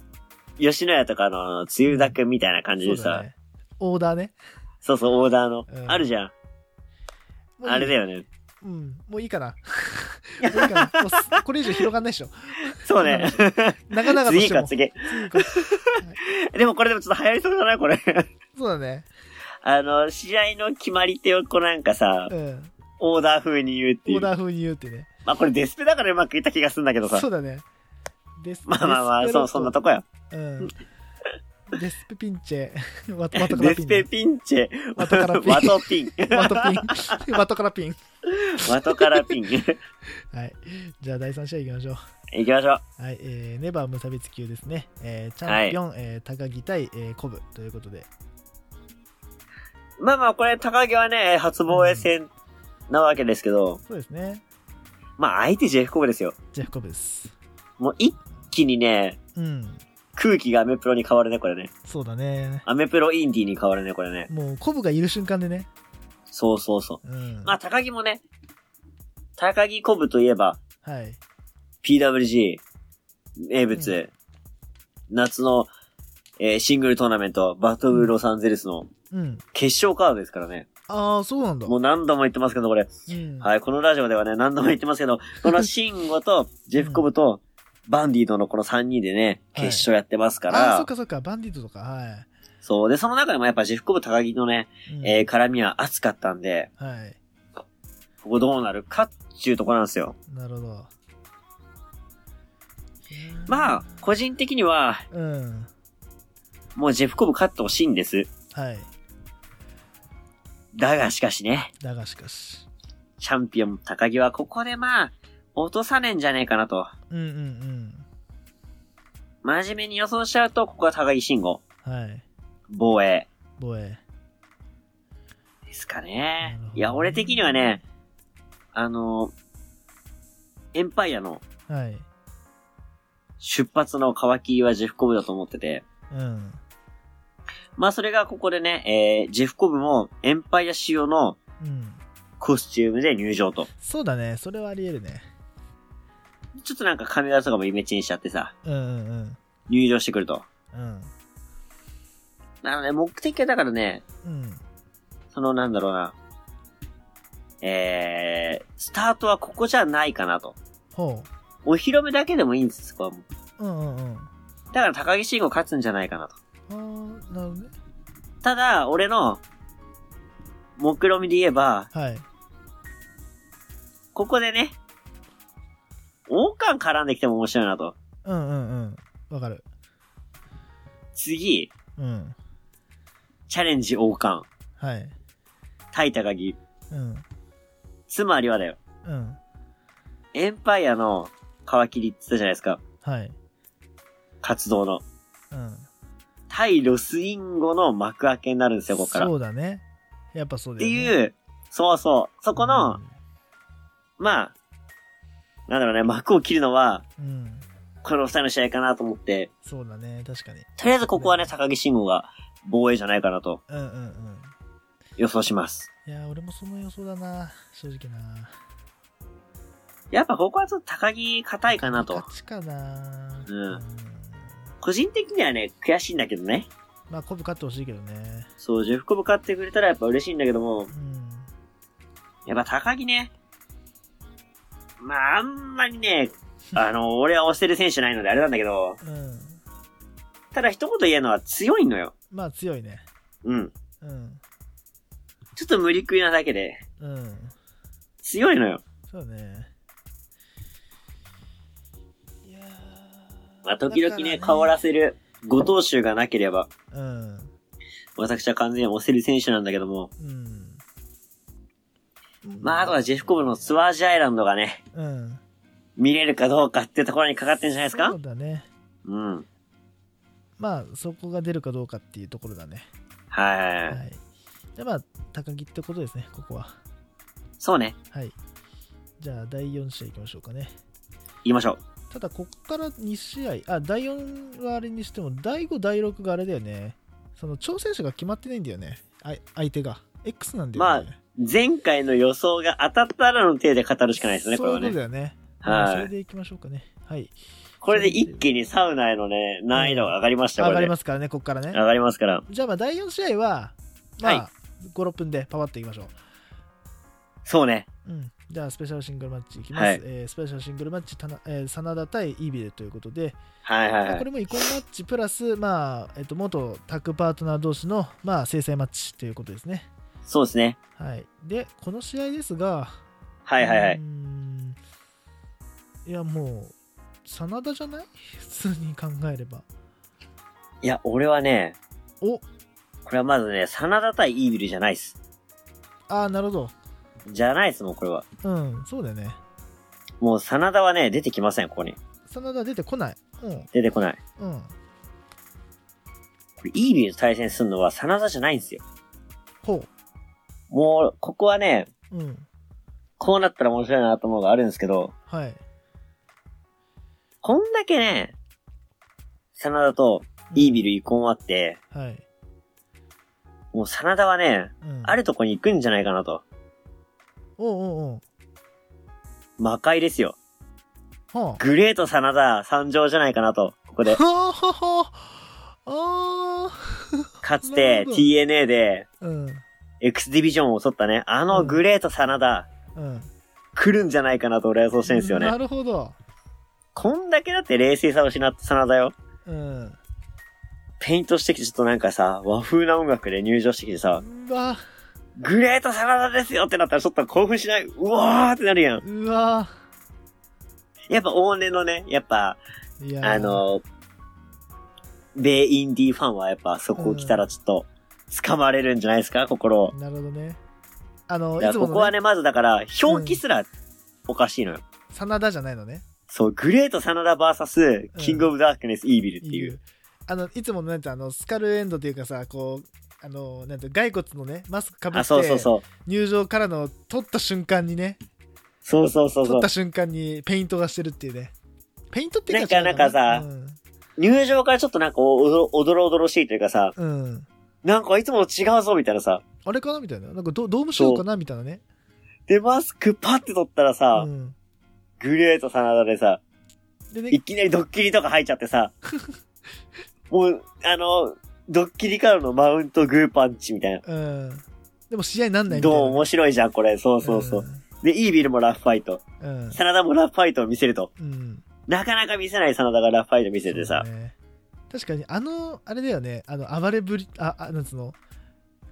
Speaker 2: 吉野家とかの、つゆだくみたいな感じで
Speaker 1: そうだ
Speaker 2: さ、
Speaker 1: ね。オーダーね。
Speaker 2: そうそう、オーダーの
Speaker 1: う、ん
Speaker 2: あるじゃん。
Speaker 1: もういい
Speaker 2: あれだ。よね。
Speaker 1: うん。もういいかな。 (laughs) もういいかな。もうすこれ以上広がんないでしょ。
Speaker 2: そうね。
Speaker 1: 長々と
Speaker 2: (laughs) 次
Speaker 1: して
Speaker 2: か、
Speaker 1: も。
Speaker 2: 次。
Speaker 1: 次行こ
Speaker 2: でもこれでもちょっと流行りそうじゃないこれ。 (laughs)
Speaker 1: うそうだね。
Speaker 2: あの、試合の決まり手をこうなんかさ、
Speaker 1: うん。
Speaker 2: オーダー風に言うっ
Speaker 1: オ
Speaker 2: てい
Speaker 1: ー
Speaker 2: う。
Speaker 1: ダー風に言うってね。
Speaker 2: まあこれデスペだからうまくいった気がするんだけどさ
Speaker 1: そ。うだね。デス
Speaker 2: (laughs) まあまあまあ、
Speaker 1: デスペ
Speaker 2: そ
Speaker 1: ロ
Speaker 2: う、そんなとこや。
Speaker 1: うん。デスペピンチ
Speaker 2: (laughs)
Speaker 1: ェ。ワトワトカラ
Speaker 2: デ
Speaker 1: ピ
Speaker 2: ス
Speaker 1: ン
Speaker 2: ペ
Speaker 1: ね。
Speaker 2: ピンチェ、
Speaker 1: ワトカ
Speaker 2: (laughs)
Speaker 1: ラピン
Speaker 2: ワト
Speaker 1: (laughs)
Speaker 2: ピン、
Speaker 1: ワトピン。ワトカラピン。
Speaker 2: ワトカラピン。行
Speaker 1: はい。じゃあ第3試合いきましょう。
Speaker 2: きましょう。
Speaker 1: はい。えー、ネバー無差別級ですね。えー、チャンピオン、えー高木対、えー、コブということで。
Speaker 2: まあまあ、これ高木はね、初防衛戦なわけですけど、
Speaker 1: そうですね。
Speaker 2: まあ相手ジェフコブですよ。
Speaker 1: ジェフコブです。
Speaker 2: もう一気にね、
Speaker 1: うん。
Speaker 2: 空気がアメプロに変わるね、これね。
Speaker 1: そうだね。
Speaker 2: アメプロインディーに変わるね、これね。
Speaker 1: もうコブがいる瞬間でね。
Speaker 2: そうそうそう。
Speaker 1: うん。
Speaker 2: まあ、高木もね、高木コブといえば、
Speaker 1: はい。
Speaker 2: PWG、名物、夏の、えーシングルトーナメント、バトルロサンゼルスの
Speaker 1: うん。
Speaker 2: 決勝カードですからね。
Speaker 1: ああ、そうなんだ。
Speaker 2: もう何度も言ってますけど、これ。
Speaker 1: うん。
Speaker 2: はい、このラジオではね、何度も言ってま
Speaker 1: (laughs)
Speaker 2: すけど、このシンゴとジェフコブとバンディードのこの3人でね、
Speaker 1: はい
Speaker 2: 決勝やってますから、
Speaker 1: ああ、そっかそっか。バンディットとか。は
Speaker 2: そう。で、その中でもやっぱジェフコブ高木のね、
Speaker 1: い。うん
Speaker 2: えー絡みは熱かったんで、
Speaker 1: はい。
Speaker 2: ここどうなるかっていうところなんですよ。
Speaker 1: なるほど。
Speaker 2: まあ、個人的には、
Speaker 1: うん。
Speaker 2: もうジェフコブ勝ってほしいんです。
Speaker 1: はい。
Speaker 2: だがしかしね、
Speaker 1: だがしかし。
Speaker 2: チャンピオン高木はここでまあ、落とさねえんじゃねえかなと。
Speaker 1: うんうん
Speaker 2: 真面目に予想しちゃうと、ここは高木慎吾、
Speaker 1: うん。はい。
Speaker 2: 防衛
Speaker 1: 防衛。
Speaker 2: ですか
Speaker 1: な
Speaker 2: ね
Speaker 1: るほど。ね
Speaker 2: いや、俺的にはね、あの、エンパイアの
Speaker 1: はい。
Speaker 2: 出発の乾きはジェフコブだと思ってて、
Speaker 1: うん。
Speaker 2: まあそれがここでね、えー、ジェフコブもエンパイア仕様の
Speaker 1: うん。
Speaker 2: コスチュームで入場と。
Speaker 1: そうだね。それはあり得るね。
Speaker 2: ちょっとなんか髪型とかもイメチェンしちゃってさ、
Speaker 1: うんうんうん。
Speaker 2: 入場してくると。
Speaker 1: うん。
Speaker 2: なので目的はだからね、
Speaker 1: うん。
Speaker 2: そのなんだろうな、えー、スタートはここじゃないかなと。
Speaker 1: ほ
Speaker 2: お披露目だけでもいいんです、そこはもう。
Speaker 1: う。うんうんうん。あ
Speaker 2: だから高木慎吾勝つんじゃないかなと。
Speaker 1: あー、なるほどね。
Speaker 2: ただ、俺の、目論見で言えば、
Speaker 1: はい。
Speaker 2: ここでね、王冠絡んできても面白いなと。
Speaker 1: うんうんうん。わかる。
Speaker 2: 次、
Speaker 1: うん。
Speaker 2: チャレンジ王冠、
Speaker 1: はい。
Speaker 2: 対高木。
Speaker 1: うん。
Speaker 2: つまりはだよ。
Speaker 1: うん。
Speaker 2: エンパイアの皮切りって言ったじゃないですか。
Speaker 1: はい。
Speaker 2: 活動の。
Speaker 1: うん。
Speaker 2: 対ロスインゴの幕開けになるんですよ、ここから。っ
Speaker 1: そうだね。やっぱそうだ
Speaker 2: て
Speaker 1: よ、ね。、
Speaker 2: いうう、そうそう。そこの、、まあ、なんだろうね、幕を切るのは、
Speaker 1: うん。うん。
Speaker 2: この二人の試合かなと思って、
Speaker 1: そうだね。確かに。
Speaker 2: とりあえずここはね、高木慎吾が防衛じゃないかなと
Speaker 1: うんうんうん。
Speaker 2: 予想します。
Speaker 1: いや、俺もその予想だな。正直な。
Speaker 2: やっぱここはちょっと高木硬いかなと。
Speaker 1: 勝ちかな。
Speaker 2: うん個人的にはね、悔しいんだけどね。
Speaker 1: まあ、コブ勝ってほしいけどね。
Speaker 2: そう、ジェフコブ勝ってくれたらやっぱ嬉しいんだけども
Speaker 1: う、ん。
Speaker 2: やっぱ高木ね、まあ、あんまり
Speaker 1: (laughs)
Speaker 2: ね、あの、俺は押してる選手ないのであれなんだけど、
Speaker 1: うん。
Speaker 2: ただ一言言えるのは強いのよ。
Speaker 1: まあ、強いね。
Speaker 2: うん。
Speaker 1: うん。
Speaker 2: ちょっと無理食いなだけで、
Speaker 1: うん。
Speaker 2: 強いのよ。
Speaker 1: そうだね。いやー
Speaker 2: まあ、時々ね、
Speaker 1: だ
Speaker 2: 変
Speaker 1: か
Speaker 2: わらせる、ご投手がなければ、
Speaker 1: うん。
Speaker 2: 私は完全に押せる選手なんだけども、
Speaker 1: うん。
Speaker 2: まあ、あとはジェフコブのスワージアイランドがね、
Speaker 1: うん。
Speaker 2: 見れるかどうかっていうところにかかってんじゃないですか
Speaker 1: そうだね。
Speaker 2: うん。
Speaker 1: まあ、そこが出るかどうかっていうところだね。は
Speaker 2: はい。
Speaker 1: い。じゃあまあ、高木ってことですね、ここは。
Speaker 2: そうね。
Speaker 1: はい。じゃあ、第4試合いきましょうかね。
Speaker 2: 言いましょう。
Speaker 1: ただ、ここから2試合、あ、第4はあれにしても、第5、第6があれだよね。その、挑戦者が決まってないんだよね。あい相手が。X なんだよね。
Speaker 2: ま前回の予想が当たったらの手で語るしかないですね、これ
Speaker 1: そう
Speaker 2: は
Speaker 1: いうこと
Speaker 2: ね。
Speaker 1: だよね。
Speaker 2: はい
Speaker 1: それでいきましょうかね。はい。
Speaker 2: これで一気にサウナへのね、難易度が上がりましたよ、
Speaker 1: 上
Speaker 2: こ
Speaker 1: が
Speaker 2: れ
Speaker 1: り
Speaker 2: で。
Speaker 1: ますからね、ここからね
Speaker 2: 上。がりますから。
Speaker 1: じゃあ、まあ、第4試合は、ま
Speaker 2: は
Speaker 1: あ、5、6分でパパッといきましょ
Speaker 2: そうね。
Speaker 1: う。うん。じゃあ、スペシャルシングルマッチいきます。
Speaker 2: はい
Speaker 1: えースペシャルシングルマッチ、たなえー真田対イビルということで、
Speaker 2: はいはい
Speaker 1: まあ
Speaker 2: は
Speaker 1: こ
Speaker 2: い。
Speaker 1: れもイコンマッチプラス、まあ、えっと、元タッグパートナー同士の、まあ、制裁マッチということですね。
Speaker 2: そうですね。
Speaker 1: はい。で、この試合ですが、
Speaker 2: はいはいうは
Speaker 1: ー
Speaker 2: い。
Speaker 1: んいや、もう、真田じゃない (laughs) 普通に考えれば。
Speaker 2: いや、俺はね、
Speaker 1: お
Speaker 2: これはまずね、真田対イービルじゃないっす。
Speaker 1: ああ、なるほど。
Speaker 2: じゃないっすもん、これは。
Speaker 1: うん、そうだよね。
Speaker 2: もう真田はね、出てきません、ここに。
Speaker 1: 真田出てこない。うん、
Speaker 2: 出てこない。
Speaker 1: うん。
Speaker 2: これ、イービルと対戦するのは真田じゃないんですよ。
Speaker 1: ほ
Speaker 2: もう、ここはね、
Speaker 1: う。うん。
Speaker 2: こうなったら面白いなと思うのがあるんですけど、
Speaker 1: はい。
Speaker 2: こんだけね、真田とイービル遺恨あって、
Speaker 1: はい。
Speaker 2: もう真田はね、
Speaker 1: うん、
Speaker 2: あるとこに行くんじゃないかなと。
Speaker 1: おうおう
Speaker 2: 魔界ですよ。
Speaker 1: おう。はあ。
Speaker 2: グレート真田参上じゃないかなと。
Speaker 1: (laughs)
Speaker 2: ここで、
Speaker 1: はあはあはあ。あ
Speaker 2: かつ
Speaker 1: なる
Speaker 2: て
Speaker 1: ほど
Speaker 2: TNA で
Speaker 1: あ。うん。
Speaker 2: X ディビジョンを襲ったね、あのグレート真田、
Speaker 1: うん。
Speaker 2: 来るんじゃないかなと俺は予想してるんですよね
Speaker 1: な。るほど。
Speaker 2: こんだけだって冷静さを失った真田よ。
Speaker 1: うん。
Speaker 2: ペイントしてきてちょっとなんかさ、和風な音楽で入場してきてさ、
Speaker 1: うわ、
Speaker 2: グレート真田ですよってなったらちょっと興奮しないうわーってなるやん。
Speaker 1: うわ。
Speaker 2: やっぱ往年のね、やっぱ、
Speaker 1: いやー
Speaker 2: あ、の、米インディーファンはやっぱそこ来たらちょっと、掴まれるんじゃないですか、心を。
Speaker 1: なるほどね。あの、い
Speaker 2: だか
Speaker 1: つ
Speaker 2: ら
Speaker 1: も
Speaker 2: ここは
Speaker 1: の、ね、
Speaker 2: ね、まずだから、表記すらおかしいのよ。
Speaker 1: 真田じゃないのね。
Speaker 2: そう、グレート真田バーサス、
Speaker 1: うん
Speaker 2: キングオブダークネス、イービルって
Speaker 1: い
Speaker 2: いう。
Speaker 1: う。あの、いつものなんて、あの、スカルエンドというかさ、こう、あの、なんて、骸骨のね、マスクかぶ
Speaker 2: あ、
Speaker 1: っ
Speaker 2: そうそう
Speaker 1: て、
Speaker 2: そう。
Speaker 1: 入場からの、取った瞬間にね、
Speaker 2: そうそうそうそ
Speaker 1: 取っ
Speaker 2: う
Speaker 1: た。瞬間にペイントがしてるっていうね。ペイントっていう
Speaker 2: なんかなんかさ入場からちょっとなんかおどろ、おどろおどろしいというかさ、
Speaker 1: うん。うん。
Speaker 2: なんかいつもと違うぞみたいなさ。
Speaker 1: あれかなみたいな。なんかドドームショーかなみたいなね。
Speaker 2: で、マスクパッて取ったらさ、
Speaker 1: うん。
Speaker 2: グレート真田でさ、
Speaker 1: でね
Speaker 2: い、きなりドッキリとか入っちゃってさ、 (laughs) もう、あの、ドッキリからのマウントグーパンチみたいな。
Speaker 1: うん。でも試合になんないみたいな。
Speaker 2: どう面白いじゃん、これ。そうそうそう。で、イービルもラフファイト。
Speaker 1: うん。うん。
Speaker 2: 真田もラフファイトを見せると。
Speaker 1: うん。
Speaker 2: なかなか見せない真田がラフファイト見せてさ
Speaker 1: そ。うね確かに、あの、あれだよね、あの、暴れぶり、あ、あなんつうの、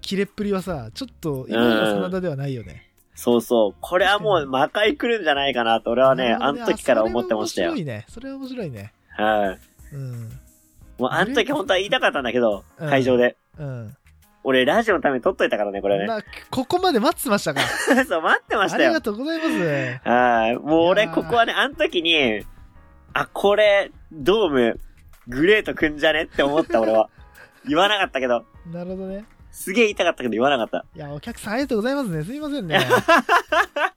Speaker 1: 切れっぷりはさ、ちょっと、今の真田ではないよね。
Speaker 2: そうそう。これはもう
Speaker 1: 確
Speaker 2: 魔界来るんじゃないかなと、俺はね、
Speaker 1: な
Speaker 2: あ
Speaker 1: るほど
Speaker 2: の時から思ってましたよ
Speaker 1: あそ。れは面白いね。それは面白いね。
Speaker 2: はい。
Speaker 1: うん。
Speaker 2: もうあの時本当は言いたかったんだけど、
Speaker 1: うん
Speaker 2: 会場で。
Speaker 1: うん。
Speaker 2: 俺、ラジオのために撮っといたからね、これね。
Speaker 1: なここまで待ってましたか
Speaker 2: (laughs) そう、待ってまし
Speaker 1: あ
Speaker 2: た
Speaker 1: り
Speaker 2: よ
Speaker 1: が。とうございます
Speaker 2: はい。もう
Speaker 1: い
Speaker 2: 俺、
Speaker 1: やー
Speaker 2: ここはね、あの時に、あ、これ、ドーム、グレートくんじゃねって思っ
Speaker 1: (laughs)
Speaker 2: た、俺は。言わなかったけど。
Speaker 1: なるほどね
Speaker 2: すげえ言いたかったけど言わなかった。
Speaker 1: いやお客さんありがとうございますねすいません
Speaker 2: (laughs)
Speaker 1: ね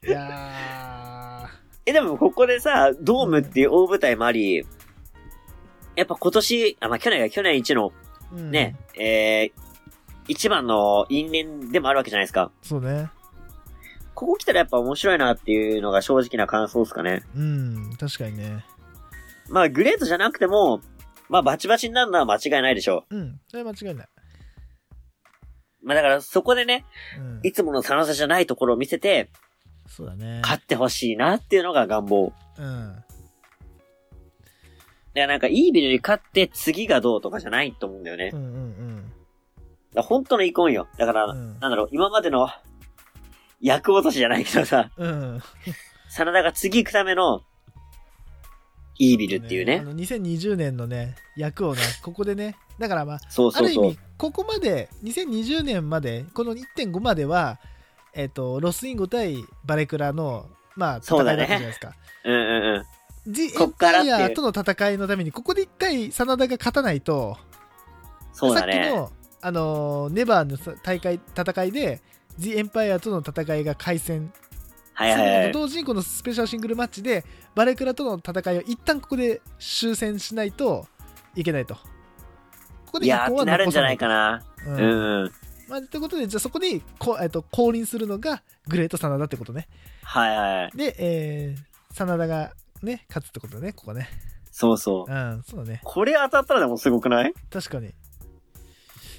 Speaker 1: いや
Speaker 2: え、でもここでさ、ドームっていう大舞台もあり、やっぱ今年、あ、まあ、去年が去年一の
Speaker 1: ー、うん
Speaker 2: ね、えー、一番の因縁でもあるわけじゃないですか。
Speaker 1: そうね
Speaker 2: ここ来たらやっぱ面白いなっていうのが正直な感想ですかね。
Speaker 1: うん確かにね
Speaker 2: まあ、グレートじゃなくても、まあ、バチバチになるのは間違いないでしょ
Speaker 1: うんそれは間違いない、
Speaker 2: う。まあ、だからそこでね、
Speaker 1: うん、
Speaker 2: いつもの楽しさじゃないところを見せて、
Speaker 1: そうだね
Speaker 2: 勝ってほしいなっていうのが願望。
Speaker 1: うん
Speaker 2: いや、なんかいいビルに勝って次がどうとかじゃないと思うんだよね。だ
Speaker 1: う
Speaker 2: か
Speaker 1: んうん
Speaker 2: ら本当の遺恨よ。だから、
Speaker 1: うん
Speaker 2: なんだろう、今までの、役落としじゃないけどさ、
Speaker 1: うんうん
Speaker 2: 真田が次行くための、いいビルっていう
Speaker 1: あ
Speaker 2: ね。
Speaker 1: の2020年のね役をねここでねだからまあ
Speaker 2: そうそうそ
Speaker 1: ある
Speaker 2: う
Speaker 1: 意味。ここまで2020年までこの1.5までは、えっとロスインゴ対バレクラの、まあ、戦
Speaker 2: そう
Speaker 1: いだ
Speaker 2: だ
Speaker 1: った
Speaker 2: ね
Speaker 1: じゃないですか。
Speaker 2: うんうんうん。
Speaker 1: ジエ
Speaker 2: こ
Speaker 1: ン
Speaker 2: っから
Speaker 1: パ
Speaker 2: ってい
Speaker 1: イ
Speaker 2: う
Speaker 1: アとの戦いのためにここで1回真田が勝たないと、
Speaker 2: そう
Speaker 1: さっ
Speaker 2: だ
Speaker 1: き
Speaker 2: ね。
Speaker 1: の、あのーネバーのさ大会戦いで「ジ・エンパイアとの戦いが開戦
Speaker 2: は
Speaker 1: する
Speaker 2: いはいは
Speaker 1: の
Speaker 2: い
Speaker 1: と。同時にこのスペシャルシングルマッチでバレクラとの戦いを一旦ここで終戦しないといけないと。ここ
Speaker 2: いや
Speaker 1: 遺恨
Speaker 2: ーっ
Speaker 1: は
Speaker 2: てなる
Speaker 1: 残
Speaker 2: んじゃ
Speaker 1: さ
Speaker 2: ないかな。
Speaker 1: う
Speaker 2: うんんうん。
Speaker 1: まあ、ということで、じゃあそこにこ、えっと、降臨するのがグレート真田ってことね。
Speaker 2: はいはい。
Speaker 1: で、えー、真田がね、勝つってことだね、ここね。
Speaker 2: そうそう。
Speaker 1: うん、そうだね。
Speaker 2: これ当たったらでもすごくない
Speaker 1: 確かに。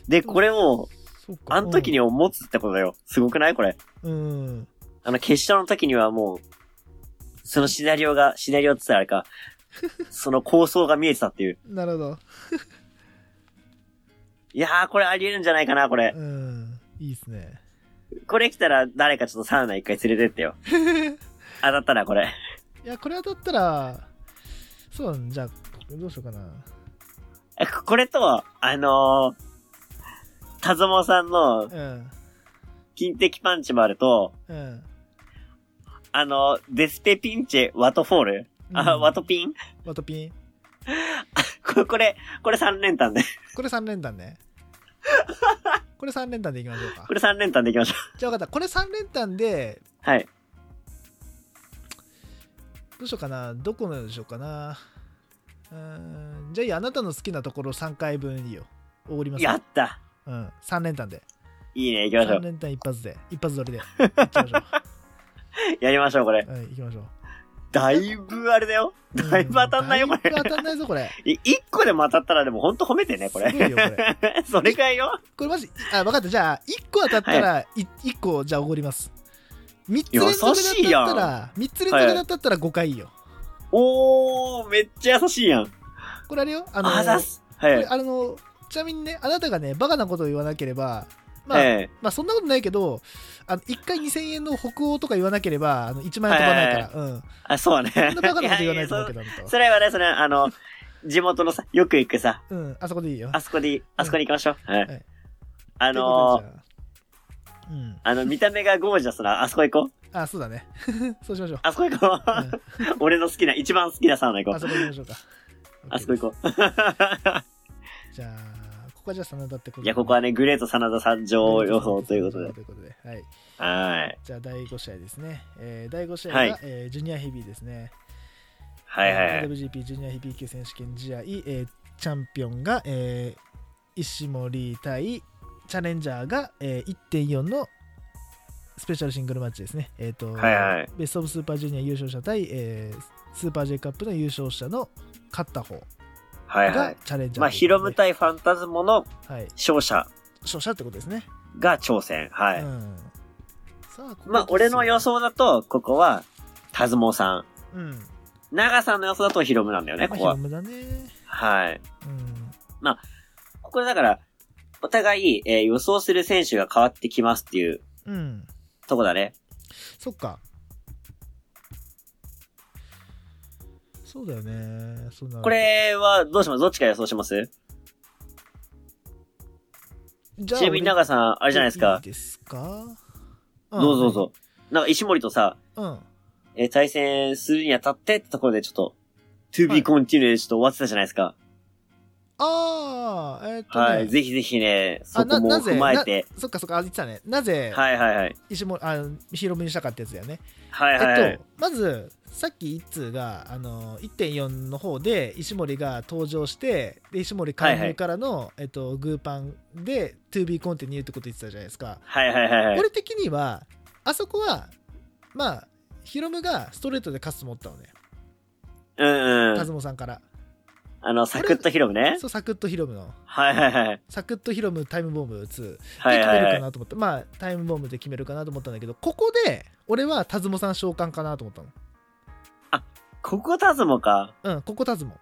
Speaker 2: で、これを、
Speaker 1: そうか。
Speaker 2: あの時には持つってことだよ。すごくないこれ。
Speaker 1: うん。うん。
Speaker 2: あの、決勝の時にはもう、そのシナリオが、シナリオって言ったらあれ
Speaker 1: (laughs)
Speaker 2: か、その構想が見えてたっていう。
Speaker 1: なるほど。
Speaker 2: いやー、これあり得るんじゃないかな、これ。
Speaker 1: うん。いいですね。 (laughs)
Speaker 2: これ来たら誰かちょっとサウナ一回連れてってよ。当たったらこれ。 (laughs)
Speaker 1: いや、これ当たったら、そうだね。じゃあ、どうしようかな。
Speaker 2: えここれと、あのー、田園さん
Speaker 1: う
Speaker 2: の
Speaker 1: ん。
Speaker 2: 金的パンチもあると、
Speaker 1: うん。
Speaker 2: あのー、デスペピンチェワトフォールあ、
Speaker 1: うん
Speaker 2: ワトピン
Speaker 1: ワトピン。
Speaker 2: ここれ、これ3連単で。 (laughs)
Speaker 1: これ3連単ね。これ3連単でいきましょうか
Speaker 2: こ。れ3連単でいきましょう。
Speaker 1: じゃあ分かった。これ3連単で、
Speaker 2: はい。
Speaker 1: どうしようかなどこのでしょうかなうーんじゃあいいやあなたの好きなところ3回分いいよおごりますよ
Speaker 2: やった
Speaker 1: うん、3連単で
Speaker 2: いいね、行きましょ
Speaker 1: 3
Speaker 2: う。
Speaker 1: 連単一発で一発撮り
Speaker 2: (laughs)
Speaker 1: でいきましょ
Speaker 2: やりましょう、これ。
Speaker 1: う、はい、いきましょう
Speaker 2: だいぶあれだよ。
Speaker 1: うん
Speaker 2: だいぶ当たんないよ、これ。
Speaker 1: だいぶ当たんないぞこれ
Speaker 2: い一個でも当たったらでもほんと褒めてね、これ。
Speaker 1: すごいよこれ
Speaker 2: (laughs) それかいよ。
Speaker 1: これマジあ分かったじゃあ1個当たったら 1, 個じゃあおごります3つ連続
Speaker 2: 優しい
Speaker 1: で
Speaker 2: や
Speaker 1: 当た
Speaker 2: ん
Speaker 1: ったら3つ連続で当たったら5回いいよ
Speaker 2: おー、めっちゃ優しいやん。
Speaker 1: これあれよあの
Speaker 2: あざっす。は
Speaker 1: これ
Speaker 2: い。
Speaker 1: あのちなみにねあなたがねバカなことを言わなければまあ、
Speaker 2: ええ
Speaker 1: まあそんなことないけど、あの1回2000円の北欧とか言わなければ、あの1万円飛ばないから、うん。
Speaker 2: あ、そうね。
Speaker 1: そんなバカなこと言わないと思うけ
Speaker 2: いやいや
Speaker 1: ど、あなた
Speaker 2: そ
Speaker 1: は
Speaker 2: それはね、それは、あの、地元のさ、よく行くさ、
Speaker 1: うん、あそこでいいよ。
Speaker 2: あそこで、あそこに行きましょう。はい
Speaker 1: はい。
Speaker 2: あ
Speaker 1: あ
Speaker 2: のー、
Speaker 1: うん。
Speaker 2: あの、見た目がゴージャスな、あそこ行こう。
Speaker 1: あ、そうだね。 (laughs) そうしましょう。
Speaker 2: あそこ行こ
Speaker 1: う
Speaker 2: う。俺の好きな、一番好きなサウナ行
Speaker 1: ん、
Speaker 2: こ
Speaker 1: あ
Speaker 2: う。
Speaker 1: そこ行きましょうか。
Speaker 2: あそこ行こう。
Speaker 1: じゃあ、ここはじゃあ真田ってこと
Speaker 2: いや、ここはね、グレート真田参上予想ということで。
Speaker 1: ということで。はい。
Speaker 2: はい。
Speaker 1: じゃあ、第5試合ですね。えー第5試合
Speaker 2: は
Speaker 1: が
Speaker 2: い、
Speaker 1: えージュニアヘビーですね。
Speaker 2: はいはいはい。
Speaker 1: WGP ジュニアヘビー級選手権試合、えーチャンピオンが、えー石森対チャレンジャーが、えー1.4のスペシャルシングルマッチですね。えーと
Speaker 2: はいはい
Speaker 1: ベスト・オブ・スーパージュニア優勝者対、えースーパー J カップの優勝者の勝った方
Speaker 2: はいは
Speaker 1: が
Speaker 2: い。
Speaker 1: チャレンジャー、
Speaker 2: まあ、ヒロム、対ファンタズモの
Speaker 1: はい、
Speaker 2: 勝者
Speaker 1: 勝者ってことですね。
Speaker 2: が挑戦。はい。
Speaker 1: うんさあここ
Speaker 2: まあ、俺の予想だと、ここは、タズモさ
Speaker 1: うん。
Speaker 2: ん。長さんの予想だとヒロムなんだよ
Speaker 1: ま
Speaker 2: ね、
Speaker 1: あ
Speaker 2: こ
Speaker 1: ヒ
Speaker 2: こ
Speaker 1: ロ
Speaker 2: は。
Speaker 1: ムだね。
Speaker 2: はい。
Speaker 1: うん。
Speaker 2: ここでだから、お互い、えー予想する選手が変わってきますっていう
Speaker 1: うん。
Speaker 2: とこだね。
Speaker 1: そっか。そうだよね。そうなる
Speaker 2: これは、どうしますどっちから予想します
Speaker 1: じ
Speaker 2: ちなみに長さん、あ
Speaker 1: あ
Speaker 2: れじゃないですか。
Speaker 1: いいですか、ん
Speaker 2: どうぞどうぞ。なんか石森とさ、
Speaker 1: うん。
Speaker 2: えー対戦するにあたってってところでちょっと、to
Speaker 1: はい
Speaker 2: be continued でちょっと終わってたじゃないですか。
Speaker 1: ああ、えーっとね、
Speaker 2: はい。ぜひぜひね、
Speaker 1: あ
Speaker 2: そ
Speaker 1: な
Speaker 2: こも
Speaker 1: なぜ
Speaker 2: 踏まえて。
Speaker 1: なそっかそっか、あ言ってたね。なぜ、
Speaker 2: はいはいはい。
Speaker 1: 石森、あ、広めにしたかってやつだよね。
Speaker 2: はいはいは
Speaker 1: えっ
Speaker 2: い
Speaker 1: と。、まず、さっき一通が、あの、1.4の方で、石森が登場して、で、石森介入からの、えっと、グーパンで、to be continue ってこと言ってたじゃないですか。
Speaker 2: はいはいはいはい。
Speaker 1: 俺的には、あそこは、まあ、ヒロムがストレートで勝つと思ったのね。
Speaker 2: うんう
Speaker 1: カ
Speaker 2: ん。
Speaker 1: ズモさんから。
Speaker 2: あの、サクッと広くね。
Speaker 1: そう、サクッとヒロムの。
Speaker 2: はいはいはい。
Speaker 1: サクッとヒロムタイムボム打つ。
Speaker 2: はい
Speaker 1: で決
Speaker 2: は
Speaker 1: め
Speaker 2: い
Speaker 1: る
Speaker 2: は
Speaker 1: か
Speaker 2: い。
Speaker 1: なと思った。まあ、タイムボムで決めるかなと思ったんだけど、ここで、俺はタズモさん召喚かなと思った
Speaker 2: ここタズモか。
Speaker 1: の。うん、ここタズモ。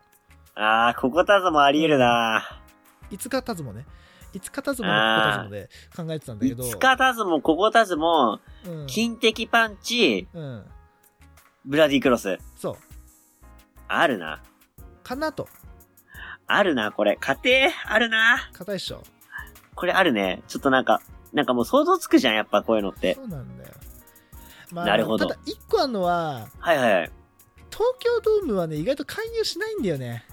Speaker 2: あー、ここタズモあり得るない
Speaker 1: つかタズモね。いつかタズモのここタズモで考えてたんだけ
Speaker 2: い
Speaker 1: ど。
Speaker 2: つかタズモ、ここタズモ、
Speaker 1: うん、
Speaker 2: 金的パンチ、
Speaker 1: うん。
Speaker 2: ブラディクロス。
Speaker 1: そう。
Speaker 2: あるな。
Speaker 1: かなと。
Speaker 2: あるな、これ。家庭あるな。
Speaker 1: 硬いっしょ。
Speaker 2: これあるね。ちょっとなんか、なんかもう想像つくじゃん、やっぱこういうのって。
Speaker 1: そうなんだよ。ま
Speaker 2: なるほど
Speaker 1: ただ、一個あるのは、
Speaker 2: はいはいはい。
Speaker 1: 東京ドームはね、意外と介入しないんだよね。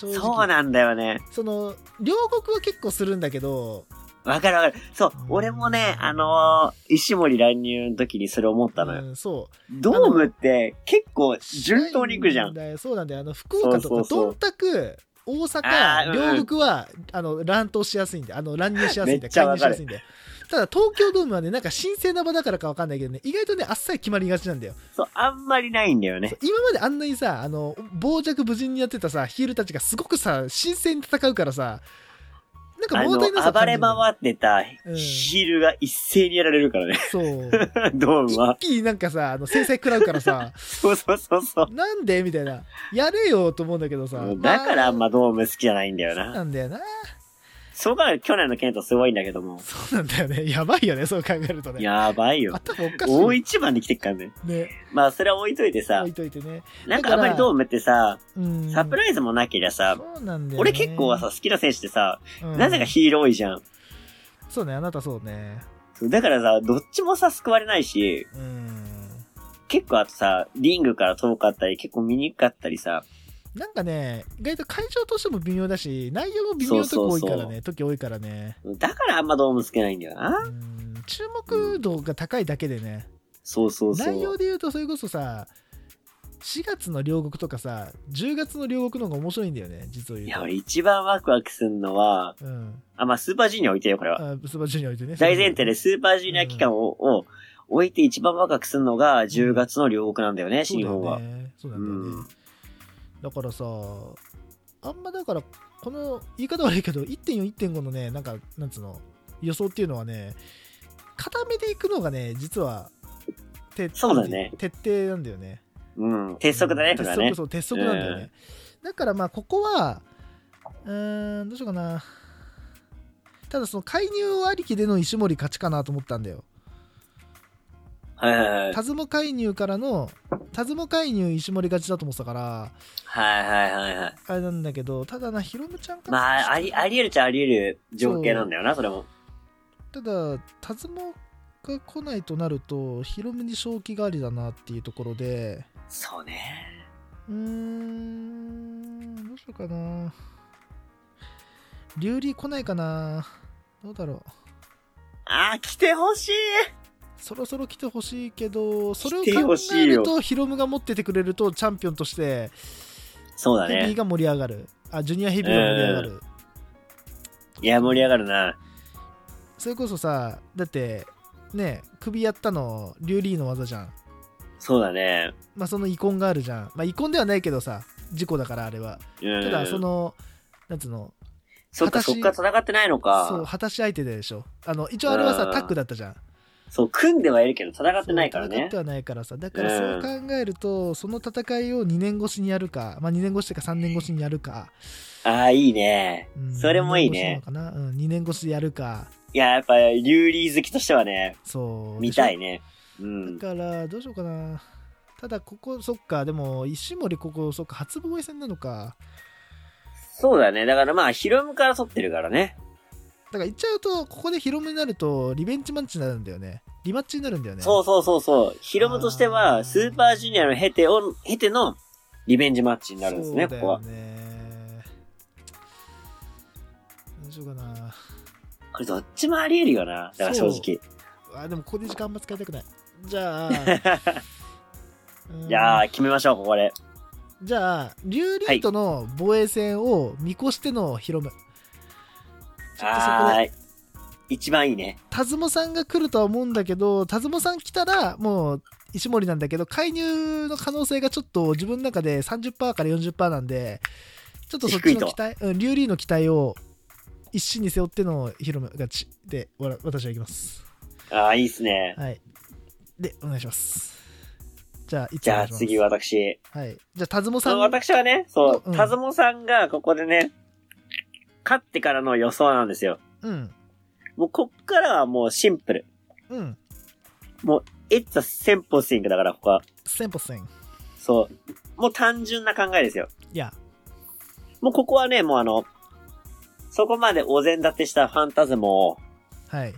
Speaker 1: 正直
Speaker 2: そうなんだよね。
Speaker 1: その、両国は結構するんだけど、
Speaker 2: わかるわかる。そう
Speaker 1: うん、
Speaker 2: 俺もね、あのー石森乱入の時にそれ思ったのよ。
Speaker 1: うん、そう。
Speaker 2: ドームって結構順当に行くじゃ
Speaker 1: し
Speaker 2: ん。
Speaker 1: ないだよそうなんだよ。あの、福岡と
Speaker 2: そう
Speaker 1: か、
Speaker 2: そうそう
Speaker 1: どんたく、大
Speaker 2: あー
Speaker 1: 阪、
Speaker 2: うんうん
Speaker 1: 両国は、あの、乱闘しやすいんで、あの、乱入しやすいん
Speaker 2: (laughs) め
Speaker 1: で、
Speaker 2: っちゃ
Speaker 1: 介
Speaker 2: わ
Speaker 1: 入し
Speaker 2: か
Speaker 1: や
Speaker 2: る
Speaker 1: すいんで。ただ、東京ドームはね、なんか神聖な場だからかわかんないけどね、意外とね、あっさり決まりがち
Speaker 2: (laughs)
Speaker 1: なんだよ。
Speaker 2: そう、あんまりないんだよね。
Speaker 1: 今まであんなにさ、あの、傍若無人にやってたさ、ヒールたちがすごくさ、神聖に戦うからさ、なんか
Speaker 2: あ
Speaker 1: 物足りなさ
Speaker 2: の、暴
Speaker 1: 感じ
Speaker 2: れ
Speaker 1: るんだよ
Speaker 2: 回ってた
Speaker 1: うん
Speaker 2: ヒールが一斉にやられるか
Speaker 1: (laughs)
Speaker 2: らね。
Speaker 1: そう。
Speaker 2: ドーム
Speaker 1: 一
Speaker 2: は。
Speaker 1: 気になんかさ、あの、制裁食らうから
Speaker 2: (laughs)
Speaker 1: さ、
Speaker 2: そうそうそうそう。
Speaker 1: なんでみたいな。やれよと思うんだけどさ。
Speaker 2: だからあん
Speaker 1: ま
Speaker 2: まドーム好きじゃないんだよ
Speaker 1: あそう
Speaker 2: な。
Speaker 1: なんだよな。
Speaker 2: そう考えると去年のケントすごいんだけども。
Speaker 1: そうなんだよね。やばいよね、そう考えるとね。
Speaker 2: やばいよ。
Speaker 1: 頭おかし
Speaker 2: 大
Speaker 1: い。
Speaker 2: 一番で来てっからね。
Speaker 1: ね、
Speaker 2: まあそれは置いといてさ
Speaker 1: 置い、といてね。
Speaker 2: なんかあんまりドームってさ、
Speaker 1: うん。
Speaker 2: サプライズもなけりゃさ、
Speaker 1: そうなんだよ、ね。
Speaker 2: 俺結構はさ、好きな選手ってさ、
Speaker 1: うん、
Speaker 2: なぜかヒーロー多いじゃん。
Speaker 1: そうね、あなたそうね。
Speaker 2: そうだからさ、どっちもさ、救われないし、
Speaker 1: うん。
Speaker 2: 結構あとさ、リングから遠かったり、結構見にくかったりさ、
Speaker 1: なんかね、意外と会場としても微妙だし、内容も微妙なとこ多いからね、
Speaker 2: そうそう
Speaker 1: 時多いからね。
Speaker 2: だからあんまドームつけないんだよな。
Speaker 1: うん注目度が高いだけでね、
Speaker 2: そうそうそう。
Speaker 1: 内容で言うとそれこそさ4月の両国とかさ10月の両国の方が面白いんだよね実を言
Speaker 2: いうや、
Speaker 1: と
Speaker 2: 俺一番ワクワクするのは、
Speaker 1: うん
Speaker 2: あ、まあ、スーパージュニア置いてよ、これは。
Speaker 1: あスーパージュニア置いてね
Speaker 2: 大前提でスーパージュニア期間を,、を置いて一番ワクワクするのが10月の両国なんだよね、
Speaker 1: そう
Speaker 2: 新
Speaker 1: だ
Speaker 2: 日本
Speaker 1: よ
Speaker 2: は。
Speaker 1: ねそうな
Speaker 2: うん
Speaker 1: だよね、
Speaker 2: ん。
Speaker 1: だからさあんまだからこの言い方悪いけど1.41.5のねなんかなんつうの予想っていうのはね固めていくのがね実はて
Speaker 2: そうだね
Speaker 1: 徹底なんだよね
Speaker 2: うん。鉄則だね、これはね
Speaker 1: 鉄則。そう鉄則なんだよね、だからまあここはうーんどうしようかなただその介入ありきでの石森勝ちかなと思ったんだよ
Speaker 2: はいはいはい。
Speaker 1: タズモ介入からのタズモ介入石森勝ちだと思ってたから
Speaker 2: はいはいはいはい。
Speaker 1: あれなんだけどただなヒロムちゃんか
Speaker 2: まあ、あり、あり得るっちゃあり得る情景なんだよな、それも。
Speaker 1: ただタズモが来ないとなるとヒロムに正気がありだなっていうところで
Speaker 2: そうね。
Speaker 1: うーん、どうしようかな。リュウリー来ないかな。どうだろう。
Speaker 2: あー、来てほしい
Speaker 1: そろそろ来てほしいけど、それを
Speaker 2: 来て
Speaker 1: 考
Speaker 2: ほし
Speaker 1: え
Speaker 2: い
Speaker 1: る
Speaker 2: よ
Speaker 1: と、ヒロムが持っててくれると、チャンピオンとして、
Speaker 2: そうだ
Speaker 1: ヘビー
Speaker 2: ね。
Speaker 1: が盛り上がる。あ、ジュニアヘビーが盛り上がる。
Speaker 2: いや、盛り上がるな。
Speaker 1: それこそさ、だって、ね、首やったの、リュウリーの技じゃん。
Speaker 2: そうだね。
Speaker 1: まあ、その遺恨があるじゃん。まあ、遺恨ではないけどさ、事故だから、あれは。
Speaker 2: うん。
Speaker 1: ただ、そ、の、なんつうの、
Speaker 2: そっか、そっか、戦ってないの
Speaker 1: そう、
Speaker 2: か。
Speaker 1: 果たし相手でしょ。あの、一応あれはさ、
Speaker 2: うん
Speaker 1: タッグだったじゃん。
Speaker 2: そう、組んではいるけど、戦ってないから
Speaker 1: 戦っ
Speaker 2: ね
Speaker 1: て。はないからさだからそう考えると、その戦いを2年越しにやるか、まあ、2年越しというか3年越しにやるか、
Speaker 2: ああ、いいね
Speaker 1: う。ん
Speaker 2: それもいいね。
Speaker 1: 二年越しなのかな、うん、2年越しでやるか
Speaker 2: いや、やっぱ、リュウリー好きとしてはね、
Speaker 1: そう
Speaker 2: 見たい
Speaker 1: ね、
Speaker 2: ね。う
Speaker 1: だ
Speaker 2: ん。
Speaker 1: からどうしようかなただここそっかでも石森ここそっか初防衛戦なのか
Speaker 2: そうだね。だからまあ、ヒロムから取ってるからね。
Speaker 1: だから言っちゃうと、ここでヒロムになると、リベンジマッチになるんだよね。リマッチになるんだよね。
Speaker 2: そうそうそうそう。ヒロムとして
Speaker 1: あー
Speaker 2: は、スーパージュニアのヘテを、ヘテのリベンジマッチになるんですね、
Speaker 1: そ
Speaker 2: こ
Speaker 1: うだ
Speaker 2: こ
Speaker 1: よ
Speaker 2: は。
Speaker 1: ねどうしようかな。
Speaker 2: これどっちもあり得るよな。だから正直。
Speaker 1: あ、でもここで時間あんま使いたくない。じ
Speaker 2: (laughs)
Speaker 1: ゃあ、うん
Speaker 2: じゃあ、決めましょう、ここで。
Speaker 1: じゃあ、リュウリートの防衛戦を見越してのヒロム。ちょっとそこ
Speaker 2: は
Speaker 1: で、
Speaker 2: ーい。一番いいね。
Speaker 1: タズモさんが来るとは思うんだけど、タズモさん来たら、もう、石森なんだけど、介入の可能性がちょっと自分の中で30%から40%なんで、ちょっとそっちの期待、うん、リュウリーの期待を一身に背負ってのヒロム勝ちで、わら私は行きます。
Speaker 2: ああ、いいっすね。
Speaker 1: はい。で、お願いします。じゃあ、いつ
Speaker 2: じゃあ次、
Speaker 1: は。
Speaker 2: 私。
Speaker 1: はい。じゃあ、タズモさ
Speaker 2: そ
Speaker 1: ん。
Speaker 2: う私はね、そうう、
Speaker 1: ん
Speaker 2: 田園さんがここでね、勝ってからの予想なんですよ。
Speaker 1: うん。
Speaker 2: もうこっからはもうシンプル。
Speaker 1: うん。
Speaker 2: It's a simple thing だから、ここは。
Speaker 1: センポセン。
Speaker 2: そう。もう単純な考えですよ。
Speaker 1: いや、
Speaker 2: もうここはね、もうあの、そこまでお膳立てしたファンタズムを
Speaker 1: はい。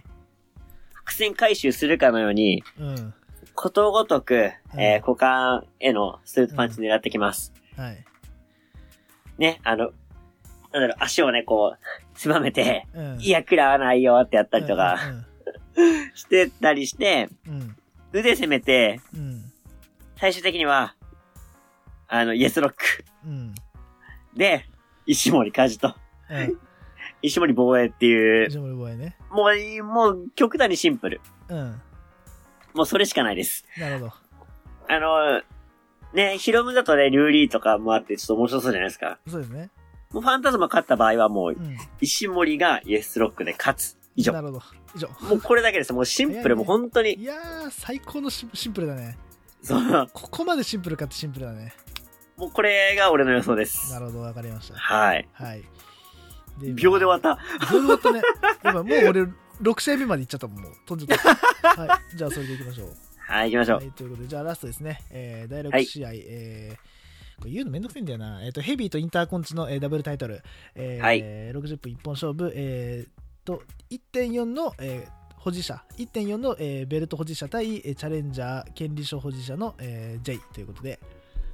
Speaker 2: 伏線回収するかのように、
Speaker 1: うん。
Speaker 2: ことごとく、
Speaker 1: うん
Speaker 2: えー股間へのストレートパンチ狙ってきます。
Speaker 1: はい。
Speaker 2: ね、あの、なんだろう、足をね、こう、つまめて、
Speaker 1: うん。
Speaker 2: いや、食らわないよってやったりとか、
Speaker 1: うん。
Speaker 2: してたりして、
Speaker 1: うん。
Speaker 2: 腕攻めて、
Speaker 1: うん。
Speaker 2: 最終的には、あの、イエスロック。
Speaker 1: うん。
Speaker 2: で、石森カジと、 (laughs)
Speaker 1: うん。
Speaker 2: 石森防衛っていう、
Speaker 1: ジョムルボーイね。
Speaker 2: もう、もう、極端にシンプル。
Speaker 1: うん。
Speaker 2: もうそれしかないです。
Speaker 1: なるほど。
Speaker 2: あの、ね、ヒロムだとね、リュウリーとかもあって、ちょっと面白そうじゃないですか。
Speaker 1: そうですね。
Speaker 2: もうファンタズマ勝った場合はもう
Speaker 1: う、ん。
Speaker 2: 石森がイエスロックで勝つ。以上
Speaker 1: な。るほど。以上。
Speaker 2: もうこれだけです。もうシンプル、もう本当に。
Speaker 1: いやー、最高のシンシンプルだね。
Speaker 2: そう。
Speaker 1: ここまでシンプルかってシンプルだね。
Speaker 2: もうこれが俺の予想で
Speaker 1: な
Speaker 2: す。
Speaker 1: るほど、わかりました。
Speaker 2: はい。
Speaker 1: はい。
Speaker 2: 秒で終わった。
Speaker 1: た。秒で終わったね。今、もう俺、6試合目まで行っちゃったもん、もう。飛んじゃった。
Speaker 2: (laughs)
Speaker 1: はい。じゃあ、それで行きましょう。
Speaker 2: はい、行きましょ
Speaker 1: は
Speaker 2: う。
Speaker 1: い、ということで、じゃあラストですね。えー第
Speaker 2: は
Speaker 1: 6
Speaker 2: い
Speaker 1: 試合、えーこれ言うのめんどくせえんだよな。えっ、と、ヘビーとインターコンチの、えーダブルタイトル、えー
Speaker 2: はい
Speaker 1: 60分一本勝負、えー、と、1.4の、えー保持者、1.4の、えーベルト保持者対、えーチャレンジャー、権利賞保持者の、えー J ということで、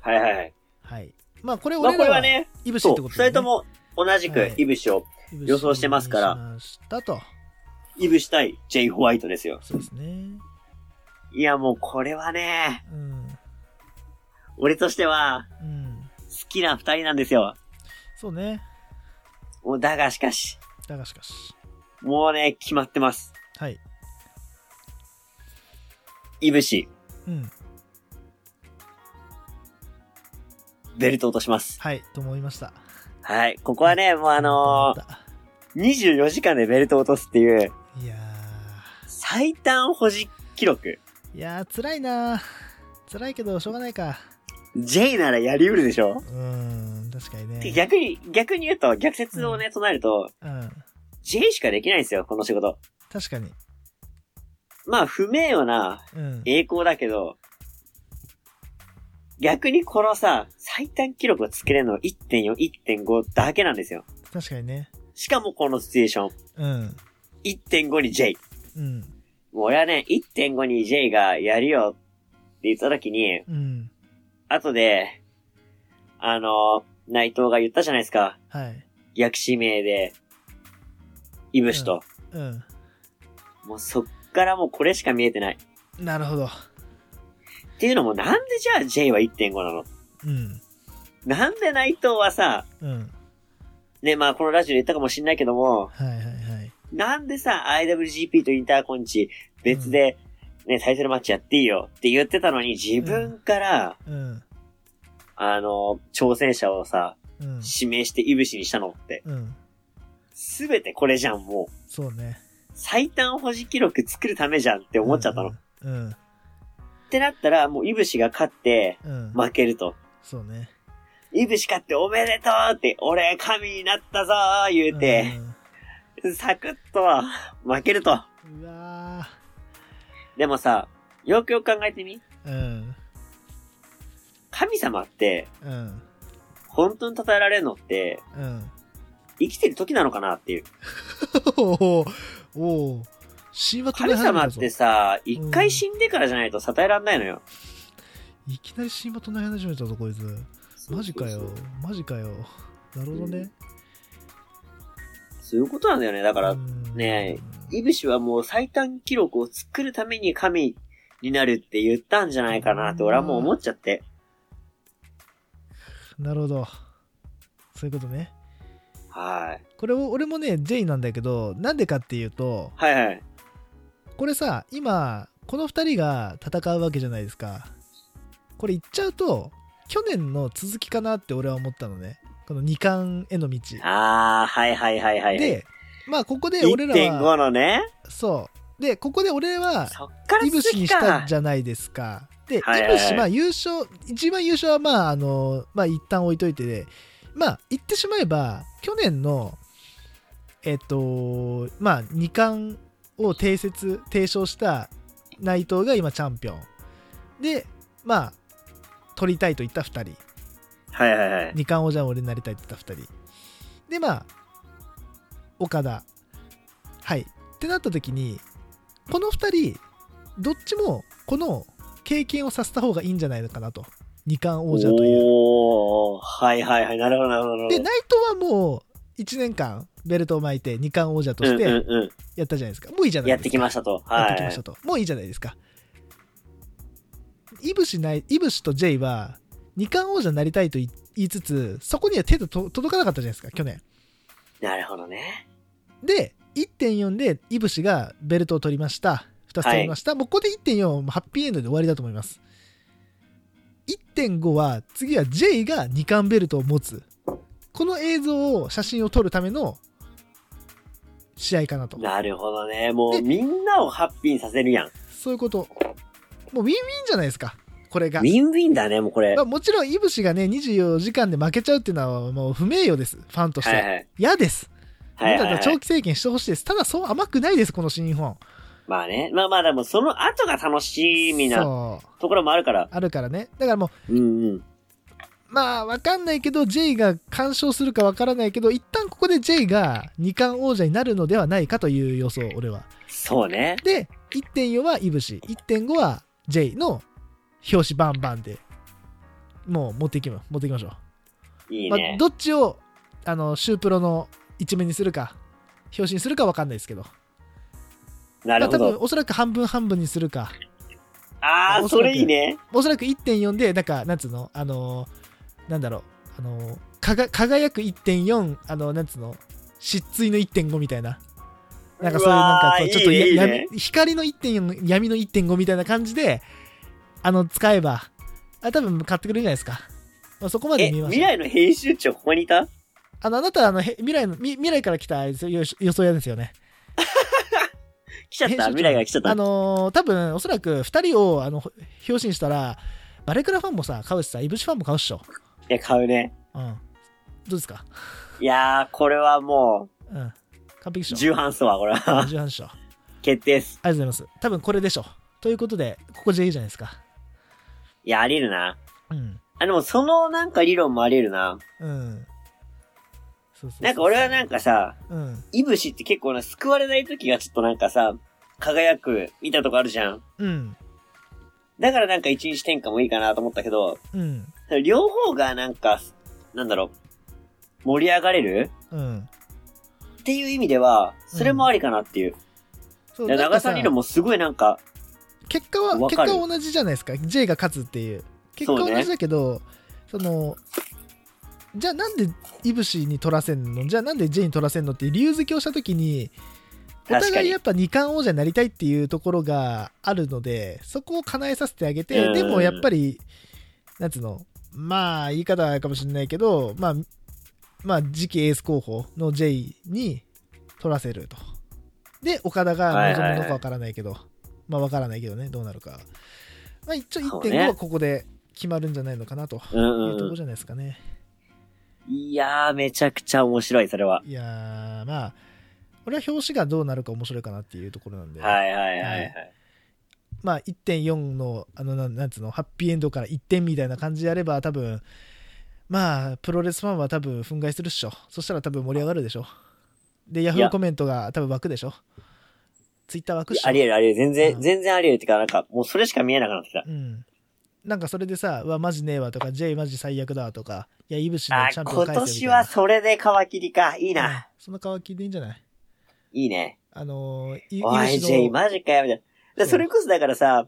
Speaker 2: はいはいはい。
Speaker 1: はい。まあ、これ
Speaker 2: まあ
Speaker 1: 俺
Speaker 2: こ
Speaker 1: ら
Speaker 2: れは
Speaker 1: は、
Speaker 2: ね、
Speaker 1: いぶし
Speaker 2: そ
Speaker 1: っ
Speaker 2: う、
Speaker 1: てこ
Speaker 2: 二
Speaker 1: とで、ね。
Speaker 2: 人とも同じ
Speaker 1: はい
Speaker 2: く、イブシを、
Speaker 1: いぶし
Speaker 2: 予想してますから
Speaker 1: にしましたと。
Speaker 2: イブシ対ジェイ・ホワイトですよ。
Speaker 1: そうですね。
Speaker 2: いや、もうこれはね、
Speaker 1: うん。
Speaker 2: 俺としては、
Speaker 1: うん。
Speaker 2: 好きな二人なんですよ。
Speaker 1: そうね。
Speaker 2: もうだがしかし、
Speaker 1: だがしかし。
Speaker 2: もうね、決まってます。
Speaker 1: はい。
Speaker 2: イブシ、
Speaker 1: うん。
Speaker 2: ベルト落とします。
Speaker 1: はい。と思いました。
Speaker 2: はい。ここはね、もうあの
Speaker 1: ー、
Speaker 2: ー、24時間でベルト落とすっていう、
Speaker 1: いや
Speaker 2: 最短保持記録。
Speaker 1: ー、いやー、辛いなー。辛いけど、しょうがないか。
Speaker 2: J ならやりうるでしょ
Speaker 1: う、ーん、確かにね。
Speaker 2: 逆に、逆に言うと、逆説をね、唱えると、
Speaker 1: うん、
Speaker 2: J しかできないんですよ、この仕事。
Speaker 1: 確かに。
Speaker 2: まあ、不名誉な
Speaker 1: うん。
Speaker 2: 栄光だけど、逆にこのさ、最短記録をつけれるの1.4、1.5だけなんですよ。
Speaker 1: 確かにね。
Speaker 2: しかもこのシチュエーション。
Speaker 1: うん。
Speaker 2: 1.5に J。
Speaker 1: うん。
Speaker 2: もう俺はね、1.5に J がやるよって言った時に、
Speaker 1: うん。
Speaker 2: 後で、あの、内藤が言ったじゃないですか。
Speaker 1: はい。
Speaker 2: 薬師名で、イブシと。
Speaker 1: うん。
Speaker 2: もうそっからもうこれしか見えてない。
Speaker 1: なるほど。
Speaker 2: っていうのもなんでじゃあ J は1.5なの
Speaker 1: うん。
Speaker 2: なんで内藤はさ、
Speaker 1: うん。
Speaker 2: ね、まあこのラジオで言ったかもしんないけども、
Speaker 1: はいはいはい。
Speaker 2: なんでさ、IWGP とインターコンチ別で、ね、タイトルマッチやっていいよって言ってたのに自分から、
Speaker 1: うん。
Speaker 2: あの、挑戦者をさ、
Speaker 1: うん。
Speaker 2: 指名してイブシにしたのって。
Speaker 1: うん。
Speaker 2: すべてこれじゃん、もう。
Speaker 1: そうね。
Speaker 2: 最短保持記録作るためじゃんって思っちゃったの。っ
Speaker 1: うん。
Speaker 2: てなったら、もうイブシが勝って、
Speaker 1: うん。うん。
Speaker 2: 負けると。
Speaker 1: そうね。
Speaker 2: イブシ勝っておめでとうって、俺神になったぞー言うて、サクッと負けると。
Speaker 1: うん。うわ
Speaker 2: でもさ、よくよく考えてみ。
Speaker 1: ー。うん。
Speaker 2: 神様って、
Speaker 1: うん。
Speaker 2: 本当に称えられるのって、
Speaker 1: うん。 (laughs)
Speaker 2: 生きてる時なのかなっていう。
Speaker 1: おーおー神話唱え
Speaker 2: 神
Speaker 1: 始め
Speaker 2: 様
Speaker 1: た
Speaker 2: っ
Speaker 1: ぞ
Speaker 2: てさ、一
Speaker 1: う
Speaker 2: 回
Speaker 1: ん
Speaker 2: 死んでからじゃないと讃えらんないのよ。
Speaker 1: いきなり神話唱え始めたぞこいつマジかよ
Speaker 2: そうそうそう
Speaker 1: マジかよなるほどね
Speaker 2: そういうことなんだよね。だから
Speaker 1: う、ん
Speaker 2: ねイブシはもう最短記録を作るために神になるって言ったんじゃないかなって俺はもう思っちゃって。
Speaker 1: なるほどそういうことね
Speaker 2: はい。
Speaker 1: これを俺もね J なんだけどなんでかっていうと
Speaker 2: はいはい。
Speaker 1: これさ今この2人が戦うわけじゃないですかこれ言っちゃうと去年の続きかなって俺は思ったのねこの2巻への道
Speaker 2: あー、はいはいはいはい。、
Speaker 1: でまあここで俺らは
Speaker 2: 1.5のね、
Speaker 1: そうでここで俺は
Speaker 2: そっから
Speaker 1: いぶ
Speaker 2: 続
Speaker 1: しに
Speaker 2: き
Speaker 1: した
Speaker 2: か。
Speaker 1: じゃないですかで、
Speaker 2: はいはい
Speaker 1: いぶしまあ優勝一番優勝はまああのまあ一旦置いといてでまあ言ってしまえば去年のえっとまあ2冠を提説提唱した内藤が今チャンピオンでまあ取りたいと言った2人
Speaker 2: はいはいはい。
Speaker 1: 二冠王者の俺になりたいって言った2人でまあ岡田はいってなった時にこの2人どっちもこの経験をさせた方がいいんじゃないのかなと二冠王者という
Speaker 2: おー、はいはいはい。なるほどなるほどなるほど。
Speaker 1: でナイトはもう1年間ベルトを巻いて二冠王者とし
Speaker 2: うん
Speaker 1: て
Speaker 2: うんうん
Speaker 1: やったじゃないですか、もういいじゃない
Speaker 2: や
Speaker 1: で
Speaker 2: っ
Speaker 1: すか
Speaker 2: てきましたと。
Speaker 1: やっ
Speaker 2: は
Speaker 1: てきまし
Speaker 2: い
Speaker 1: た。と、もういいじゃないですかいぶしないいぶしと J は二冠王者になりたいと言い言いつつそこには手がと届かなかったじゃないですか去年
Speaker 2: なるほどね。
Speaker 1: で1.4でいぶしがベルトを取りました2つ取りました、もうここで1.4もハッピーエンドで終わりだと思います1.5は次は J が2冠ベルトを持つこの映像を写真を撮るための試合かなと
Speaker 2: なるほどね。も
Speaker 1: で
Speaker 2: うみんなをハッピーにさせるやん。ウ
Speaker 1: そういうこともうウィンウィンじゃないですかこれが、
Speaker 2: ィンウィンだね、もうこれ。
Speaker 1: ま
Speaker 2: は
Speaker 1: あ、もちろんいぶしがね24時間で負けちゃうっていうのはもう不名誉ですファンとして
Speaker 2: い
Speaker 1: は
Speaker 2: は
Speaker 1: 嫌、
Speaker 2: い。
Speaker 1: です
Speaker 2: はいはい、
Speaker 1: みんな
Speaker 2: は
Speaker 1: で
Speaker 2: い。
Speaker 1: 長期政権してほしいですただそう甘くないですこの新日本
Speaker 2: まあね。まあまあ、でもその後が楽しみな
Speaker 1: そう
Speaker 2: ところもあるから。
Speaker 1: あるからねだからも
Speaker 2: うんうん。
Speaker 1: うまあわかんないけど J が干渉するかわからないけど一旦ここで J が二冠王者になるのではないかという予想俺は
Speaker 2: そうね。
Speaker 1: で1.4はいぶし1.5は J の表紙バンバンでもう持っていきま持っていきましょう
Speaker 2: いい
Speaker 1: まあ
Speaker 2: ね。
Speaker 1: どっちをあのシュープロの一面にするか表紙にするかわかんないですけど
Speaker 2: なるほ
Speaker 1: まあ多分
Speaker 2: ど。
Speaker 1: おそらく半分半分にするか
Speaker 2: あ
Speaker 1: おそ
Speaker 2: あ、そ
Speaker 1: らく
Speaker 2: れいいね。
Speaker 1: おそらく1.4で、なんか、なんつうの、あのーなんだろう、あのーかが輝く1.4、あのーなんつうの、失墜の1.5みたいな。なんかそういう、な
Speaker 2: う
Speaker 1: んか
Speaker 2: わー
Speaker 1: こう、ちょっとや
Speaker 2: いいねいいね
Speaker 1: 闇光の1.4、闇の1.5みたいな感じで、あの、使えば、あ、多分買ってくれるんじゃないですか。まあ、そこまで
Speaker 2: え、
Speaker 1: 見ま
Speaker 2: 未
Speaker 1: した。
Speaker 2: 来の編集長ここにいた
Speaker 1: あの、あなた、あの、へ未来の、み未来から来たあれですよ予予想屋ですよね。
Speaker 2: 来ちゃっ
Speaker 1: 編集長
Speaker 2: た未来が来ちゃった。
Speaker 1: あのー多分、おそらく2人を、あの、表紙にしたら、バレクラファンもさ、買うしさ、イブシファンも買うっしょ。
Speaker 2: いや、買うね。
Speaker 1: うん。どうですか
Speaker 2: いやー、これはも
Speaker 1: うん。完璧でし
Speaker 2: う、
Speaker 1: ょ。
Speaker 2: 重版数は、これ
Speaker 1: うん
Speaker 2: は。
Speaker 1: 重版でしょ。あ
Speaker 2: 決定っす。
Speaker 1: りがとうございます。多分これでしょ。ということで、ここ J じゃないですか。
Speaker 2: いや、あり得るな。
Speaker 1: うん。
Speaker 2: あ、でも、そのなんか理論もあり得るな。
Speaker 1: うん。そうそうそう
Speaker 2: なんか俺はなんかさ、
Speaker 1: うん。
Speaker 2: いぶしって結構な、救われない時がちょっとなんかさ、輝く、見たいなとこあるじゃん。
Speaker 1: うん。
Speaker 2: だからなんか一日転換もいいかなと思ったけど、
Speaker 1: うん。
Speaker 2: 両方がなんか、なんだろう、盛り上がれる
Speaker 1: うん。
Speaker 2: っていう意味では、それもありかなっていう。
Speaker 1: そう
Speaker 2: いや
Speaker 1: なんか
Speaker 2: 長さ理論もすごいなんか、
Speaker 1: 結果は、
Speaker 2: わ
Speaker 1: 結
Speaker 2: かる
Speaker 1: 果は同じじゃないですか。J が勝つっていう。結果
Speaker 2: そ
Speaker 1: は
Speaker 2: うね
Speaker 1: 同じだけど、そ,、の、じゃあなんでいぶしに取らせんのじゃあなんで J に取らせんのっていう理由付けをしたときに、お
Speaker 2: 確か
Speaker 1: 互い
Speaker 2: に
Speaker 1: やっ。ぱ二冠王者になりたいっていうところがあるのでそこを叶えさせてあげて
Speaker 2: うん
Speaker 1: でもやっぱりなんつうのまあ言い方はあれかもしれないけどまあまあ次期エース候補の J に取らせるとで岡田が望むのかわからないけど、まあわからないけどねどうなるかまあ一応
Speaker 2: そう
Speaker 1: 1.5
Speaker 2: ね
Speaker 1: はここで決まるんじゃないのかなといううんとこ
Speaker 2: う
Speaker 1: ろ
Speaker 2: ん。
Speaker 1: じゃないですかね、
Speaker 2: いやー、めちゃくちゃ面白い、それは。
Speaker 1: いやーまあこれは表紙がどうなるか面白いかなっていうところなんで
Speaker 2: はいはいはいは。
Speaker 1: はいまあ、1.4の、あの、なんなんつうの、ハッピーエンドから1点みたいな感じでやれば、多分、まあ、プロレスファンは多分憤慨するっしょ。そしたら多分盛り上がるでしょ。で、ヤフーコメントが多分湧くでしょ。ツイッター湧くっしょ。
Speaker 2: ありえるありえる。全
Speaker 1: う
Speaker 2: 然、
Speaker 1: ん
Speaker 2: 全然ありえるってか、なんか、もうそれしか見えなくなってきた。
Speaker 1: うん。なんかそれでさ、うわ、マジねえわとか、J マジ最悪だわとか、いや、イブシの
Speaker 2: あ
Speaker 1: チャ
Speaker 2: ー、
Speaker 1: ンピオン
Speaker 2: 今
Speaker 1: 返せみたい
Speaker 2: 年
Speaker 1: な。
Speaker 2: はそれで皮切りか。いい
Speaker 1: うん
Speaker 2: な。
Speaker 1: その皮切りでいいんじゃない
Speaker 2: いいね。
Speaker 1: あのー、イ
Speaker 2: おい、
Speaker 1: ブ
Speaker 2: J、
Speaker 1: シの、
Speaker 2: マジかよ、みたいな。
Speaker 1: そう
Speaker 2: でそれこそだからさ、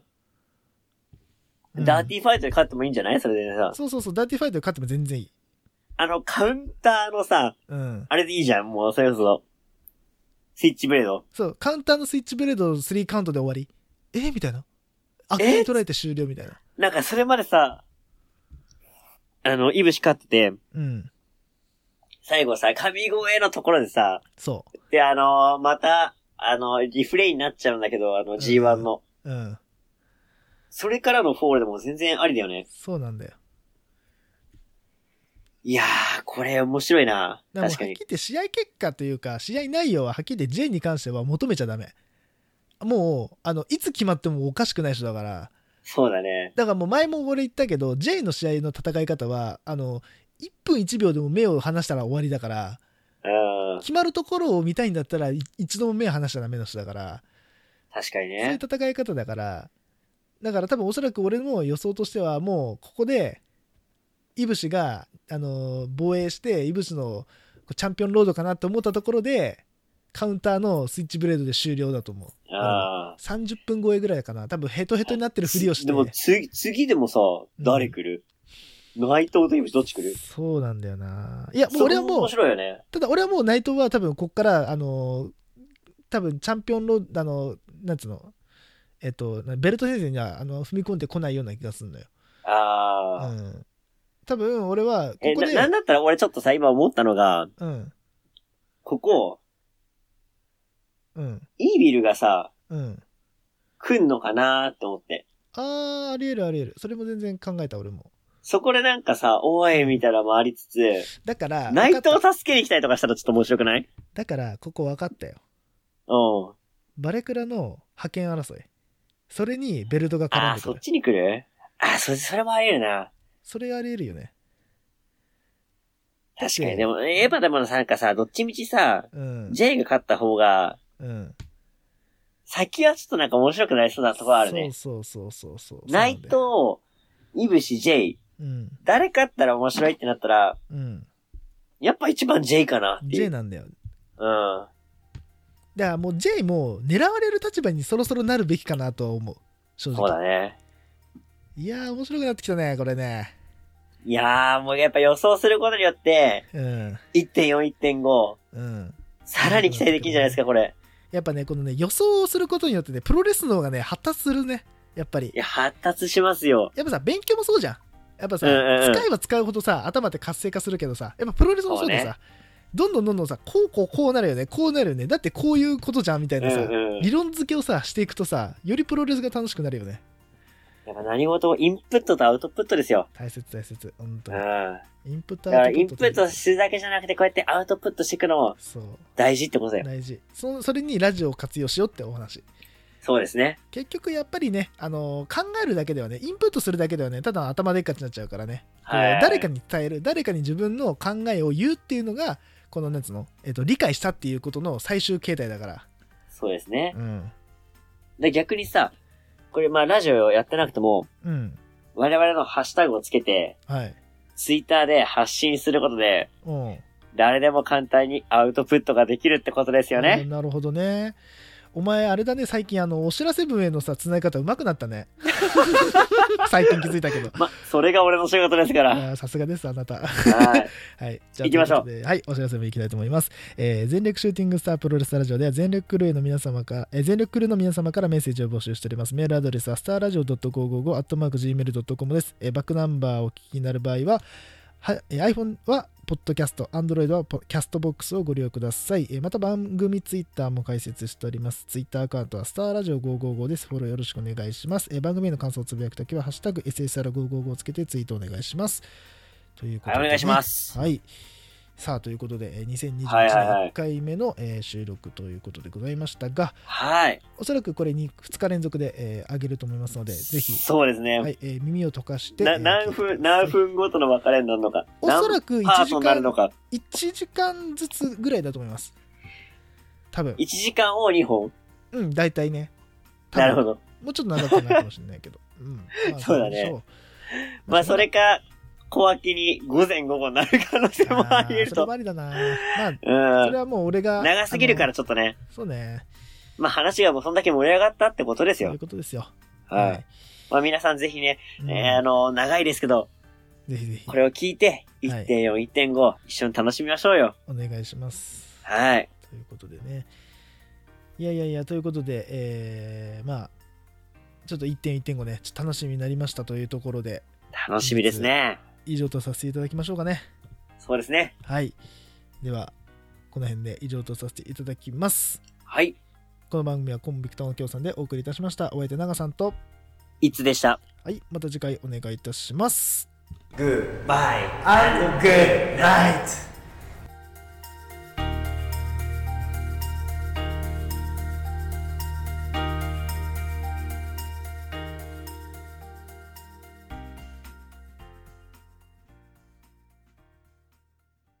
Speaker 1: うん
Speaker 2: ダーティーファイトで勝ってもいいんじゃないそれでさ。
Speaker 1: そうそうそう、ダーティーファイトで勝っても全然いい。
Speaker 2: あの、カウンターのさ、
Speaker 1: うん。
Speaker 2: あれでいいじゃん。もう、それこそ。スイッチブレード。
Speaker 1: そう、カウンターのスイッチブレード3カウントで終わり。えみたいな。あっけに取られて終了みたいな。
Speaker 2: なんか、それまでさ、あの、イブシ勝ってて、
Speaker 1: うん。
Speaker 2: 最後さ、神声のところでさ、
Speaker 1: そ
Speaker 2: で、あのーまた、あのリフレインになっちゃうんだけど、あの、G1 の。
Speaker 1: う。うん。
Speaker 2: それからのフォールでも全然ありだよね。
Speaker 1: そうなんだよ。
Speaker 2: いやー、これ面白いな。
Speaker 1: だからもうはっ
Speaker 2: 確か
Speaker 1: きり
Speaker 2: に。
Speaker 1: 言って試合結果というか、試合内容ははっきり言って J に関しては求めちゃダメ。もう、あの、いつ決まってもおかしくない人だから、
Speaker 2: そうだね。
Speaker 1: だからもう前も俺言ったけど、J の試合の戦い方は、あの、1分1秒でも目を離したら終わりだから、
Speaker 2: うん。
Speaker 1: 決まるところを見たいんだったら、い一度も目を離したらダメの人だから、
Speaker 2: 確かに
Speaker 1: そういう
Speaker 2: ね。
Speaker 1: 戦い方だから、だから多分おそらく俺の予想としては、もうここで、イブシが、あのー防衛して、イブシのこうチャンピオンロードかなって思ったところで、カウンターのスイッチブレードで終了だと思う。
Speaker 2: あー
Speaker 1: 30分超えぐらいかな。多分ヘトヘトになってるふりをして。
Speaker 2: でも、次、次でもさ、誰来る、内藤とイブシどっち来る
Speaker 1: そうなんだよな。いや、もう俺は
Speaker 2: そこ
Speaker 1: もう
Speaker 2: 面、白いよね。
Speaker 1: ただ俺はもう内藤は多分こっから、あのー多分チャンピオンロード、あのーなんつうの、えっと、なベルト先生にはあの踏み込んでこないような気がするのよ。う
Speaker 2: あ
Speaker 1: ん多分俺はこ
Speaker 2: ー。え、
Speaker 1: こ
Speaker 2: な、
Speaker 1: で、
Speaker 2: なんだったら俺ちょっとさ、今思ったのが、
Speaker 1: うん
Speaker 2: ここ、
Speaker 1: うん
Speaker 2: イービルがさ、
Speaker 1: うん
Speaker 2: 来んのかなーって思って。
Speaker 1: あーありえるありえるそれも全然考えた俺も
Speaker 2: そこでなんかさ、おい、みたいなのもありつつ、
Speaker 1: だから
Speaker 2: 内
Speaker 1: 分かっ
Speaker 2: 藤
Speaker 1: た
Speaker 2: 助けに来たりとかしたらちょっと面白くない
Speaker 1: だからここ分かったよ
Speaker 2: うん。
Speaker 1: バレクラの覇権争いそれにベルトが絡
Speaker 2: あ
Speaker 1: ん
Speaker 2: あ、
Speaker 1: でく
Speaker 2: そっ
Speaker 1: る
Speaker 2: ちに来るああ、それ、それもあり得るな。
Speaker 1: それありえるよね
Speaker 2: 確か
Speaker 1: うん
Speaker 2: に。でも、エヴァでもなんかさ、どっちみちさ、
Speaker 1: うん、
Speaker 2: J が勝った方が、
Speaker 1: うん、
Speaker 2: 先はちょっとなんか面白くなりそうなところあるね。
Speaker 1: そうそうそうそうそう
Speaker 2: 内藤、イブシ、J、
Speaker 1: うん
Speaker 2: 誰勝ったら面白いってなったら、
Speaker 1: うん
Speaker 2: やっぱ一番 J かなっていう。
Speaker 1: J なんだよ
Speaker 2: うん。
Speaker 1: だからもう J も狙われる立場にそろそろなるべきかなとは思う正
Speaker 2: そう
Speaker 1: 直
Speaker 2: だね。
Speaker 1: いやー面白くなってきたねこれね
Speaker 2: いやー、もうやっぱ予想することによって、
Speaker 1: うん
Speaker 2: 1.4、1.5、
Speaker 1: うん
Speaker 2: さらに期待できるんじゃないですか、これ。
Speaker 1: やっぱね、このね、予想をすることによってね、プロレスの方がね、発達するね、やっぱり
Speaker 2: い。や、発達しますよ。
Speaker 1: やっぱさ、勉強もそうじゃん。やっぱさ、
Speaker 2: うんうんうん
Speaker 1: 使えば使うほどさ、頭って活性化するけどさ、やっぱプロレスもそうでさ、
Speaker 2: そう
Speaker 1: どんどんどんどんさ、こうこうこうなるよね、こうなるよね、だってこういうことじゃんみたい
Speaker 2: うん
Speaker 1: なさ、
Speaker 2: うん。
Speaker 1: 理論付けをさ、していくとさ、よりプロレスが楽しくなるよね。
Speaker 2: やっぱ何事もインプットとアウトプットですよ。
Speaker 1: 大切大切、本
Speaker 2: う
Speaker 1: 当
Speaker 2: ん。
Speaker 1: に。
Speaker 2: だ
Speaker 1: インプット
Speaker 2: から
Speaker 1: アウ
Speaker 2: イ
Speaker 1: トプ
Speaker 2: ン
Speaker 1: ット
Speaker 2: プットするだけじゃなくて、こうやってアウトプットしていくのも
Speaker 1: そう、
Speaker 2: 大事ってことだよ。
Speaker 1: 大事そ。それにラジオを活用しようってお話。
Speaker 2: そうですね。
Speaker 1: 結局やっぱりね、あのー考えるだけではね、インプットするだけではね、ただの頭でっかちになっちゃうからね、こう
Speaker 2: はい
Speaker 1: 誰かに伝える、誰かに自分の考えを言うっていうのが、このなんつうの、えっと理解したっていうことの最終形態だから。
Speaker 2: そうですね。
Speaker 1: うん。
Speaker 2: で、逆にさ、これまあラジオをやってなくても、
Speaker 1: うん。
Speaker 2: 我々のハッシュタグをつけて、
Speaker 1: はい。
Speaker 2: ツイッターで発信することで、
Speaker 1: うん。
Speaker 2: 誰でも簡単にアウトプットができるってことですよ
Speaker 1: うん
Speaker 2: ね。
Speaker 1: なるほどね。お前、あれだね、最近、あの、お知らせ文へのさ、繋ぎ方うまくなった
Speaker 2: (laughs)
Speaker 1: ね。最近気づいたけど。
Speaker 2: ま、それが俺の仕事ですか
Speaker 1: (laughs)
Speaker 2: ら。
Speaker 1: あーさすがです、あなた。
Speaker 2: はい。
Speaker 1: はい、じゃあ
Speaker 2: 行きましょう
Speaker 1: といことではい、お知らせもいきたいと思います。えー全力シューティングスタープロレスラジオでは全力クルーへの皆様から、えー全力クルーの皆様からメッセージを募集しております。メールアドレスはスターラジオ .555-gmail.com です。えーバックナンバーをお聞きになる場合は、はえー iPhone はポッドキャスト、Android はポキャストボックスをご利用ください。えーまた番組ツイッターも開設しております。ツイッターアカウントはスターラジオ555です。フォローよろしくお願いします。えー番組への感想をつぶやくときは、ハッシュタグ SSR555 をつけてツイートお願いします。ということ
Speaker 2: はい、
Speaker 1: で、
Speaker 2: お願いします。
Speaker 1: はい。さあということで、えー
Speaker 2: はいはいは
Speaker 1: 2021
Speaker 2: い
Speaker 1: 1回目の、えー収録ということでございましたが、
Speaker 2: はい。
Speaker 1: おそらくこれに2日連続で、えー上げると思いますので、ぜひ、
Speaker 2: そうですね。
Speaker 1: はいえー耳を溶かして、え
Speaker 2: な
Speaker 1: ー
Speaker 2: 何分、何分ごとの別れになるのか。
Speaker 1: おそらく
Speaker 2: 何パ
Speaker 1: 1
Speaker 2: ー
Speaker 1: 時
Speaker 2: トにな
Speaker 1: 間
Speaker 2: るのか。
Speaker 1: 1時間ずつぐらいだと思います。多分
Speaker 2: 1時間を2本。
Speaker 1: うん、大体ね。多分
Speaker 2: なるほど。
Speaker 1: もうちょっと長くなるかもしれないけど。うん。まあ
Speaker 2: (laughs) そうだね。
Speaker 1: う
Speaker 2: まあ、それか、小脇に午前午後になる可能性もあり得る
Speaker 1: それ
Speaker 2: と
Speaker 1: も。ありだな。まあ、
Speaker 2: う
Speaker 1: それ
Speaker 2: ん。
Speaker 1: はもう俺が。
Speaker 2: 長すぎるからちょっとね。
Speaker 1: あの。そうね。
Speaker 2: まあ、話がもうそんだけ盛り上がったってことです
Speaker 1: そうい
Speaker 2: よ
Speaker 1: う。ことですよ。
Speaker 2: はい。。まあ、皆さんぜひね、
Speaker 1: うん
Speaker 2: えーあの、長いですけど、
Speaker 1: ぜひぜひ
Speaker 2: こ、れを聞いて、
Speaker 1: はい
Speaker 2: 1.4、1.5、一緒に楽しみましょうよ。
Speaker 1: お願いします。
Speaker 2: はい。
Speaker 1: ということでね。いやいやいや、ということで、えー、まあ、ちょっと1.1.5ね、ちょっと楽しみになりましたというところで、
Speaker 2: 楽しみですね。
Speaker 1: 以上とさせていただきましょうかね。
Speaker 2: そうですね。
Speaker 1: はい。では、この辺で以上とさせていただきます。
Speaker 2: はい。
Speaker 1: この番組はコンビクターのきょうさんでお送りいたしました。お相手長さんと、
Speaker 2: いつでした。
Speaker 1: はい、また次回お願いいたします。
Speaker 2: Goodbye and good night.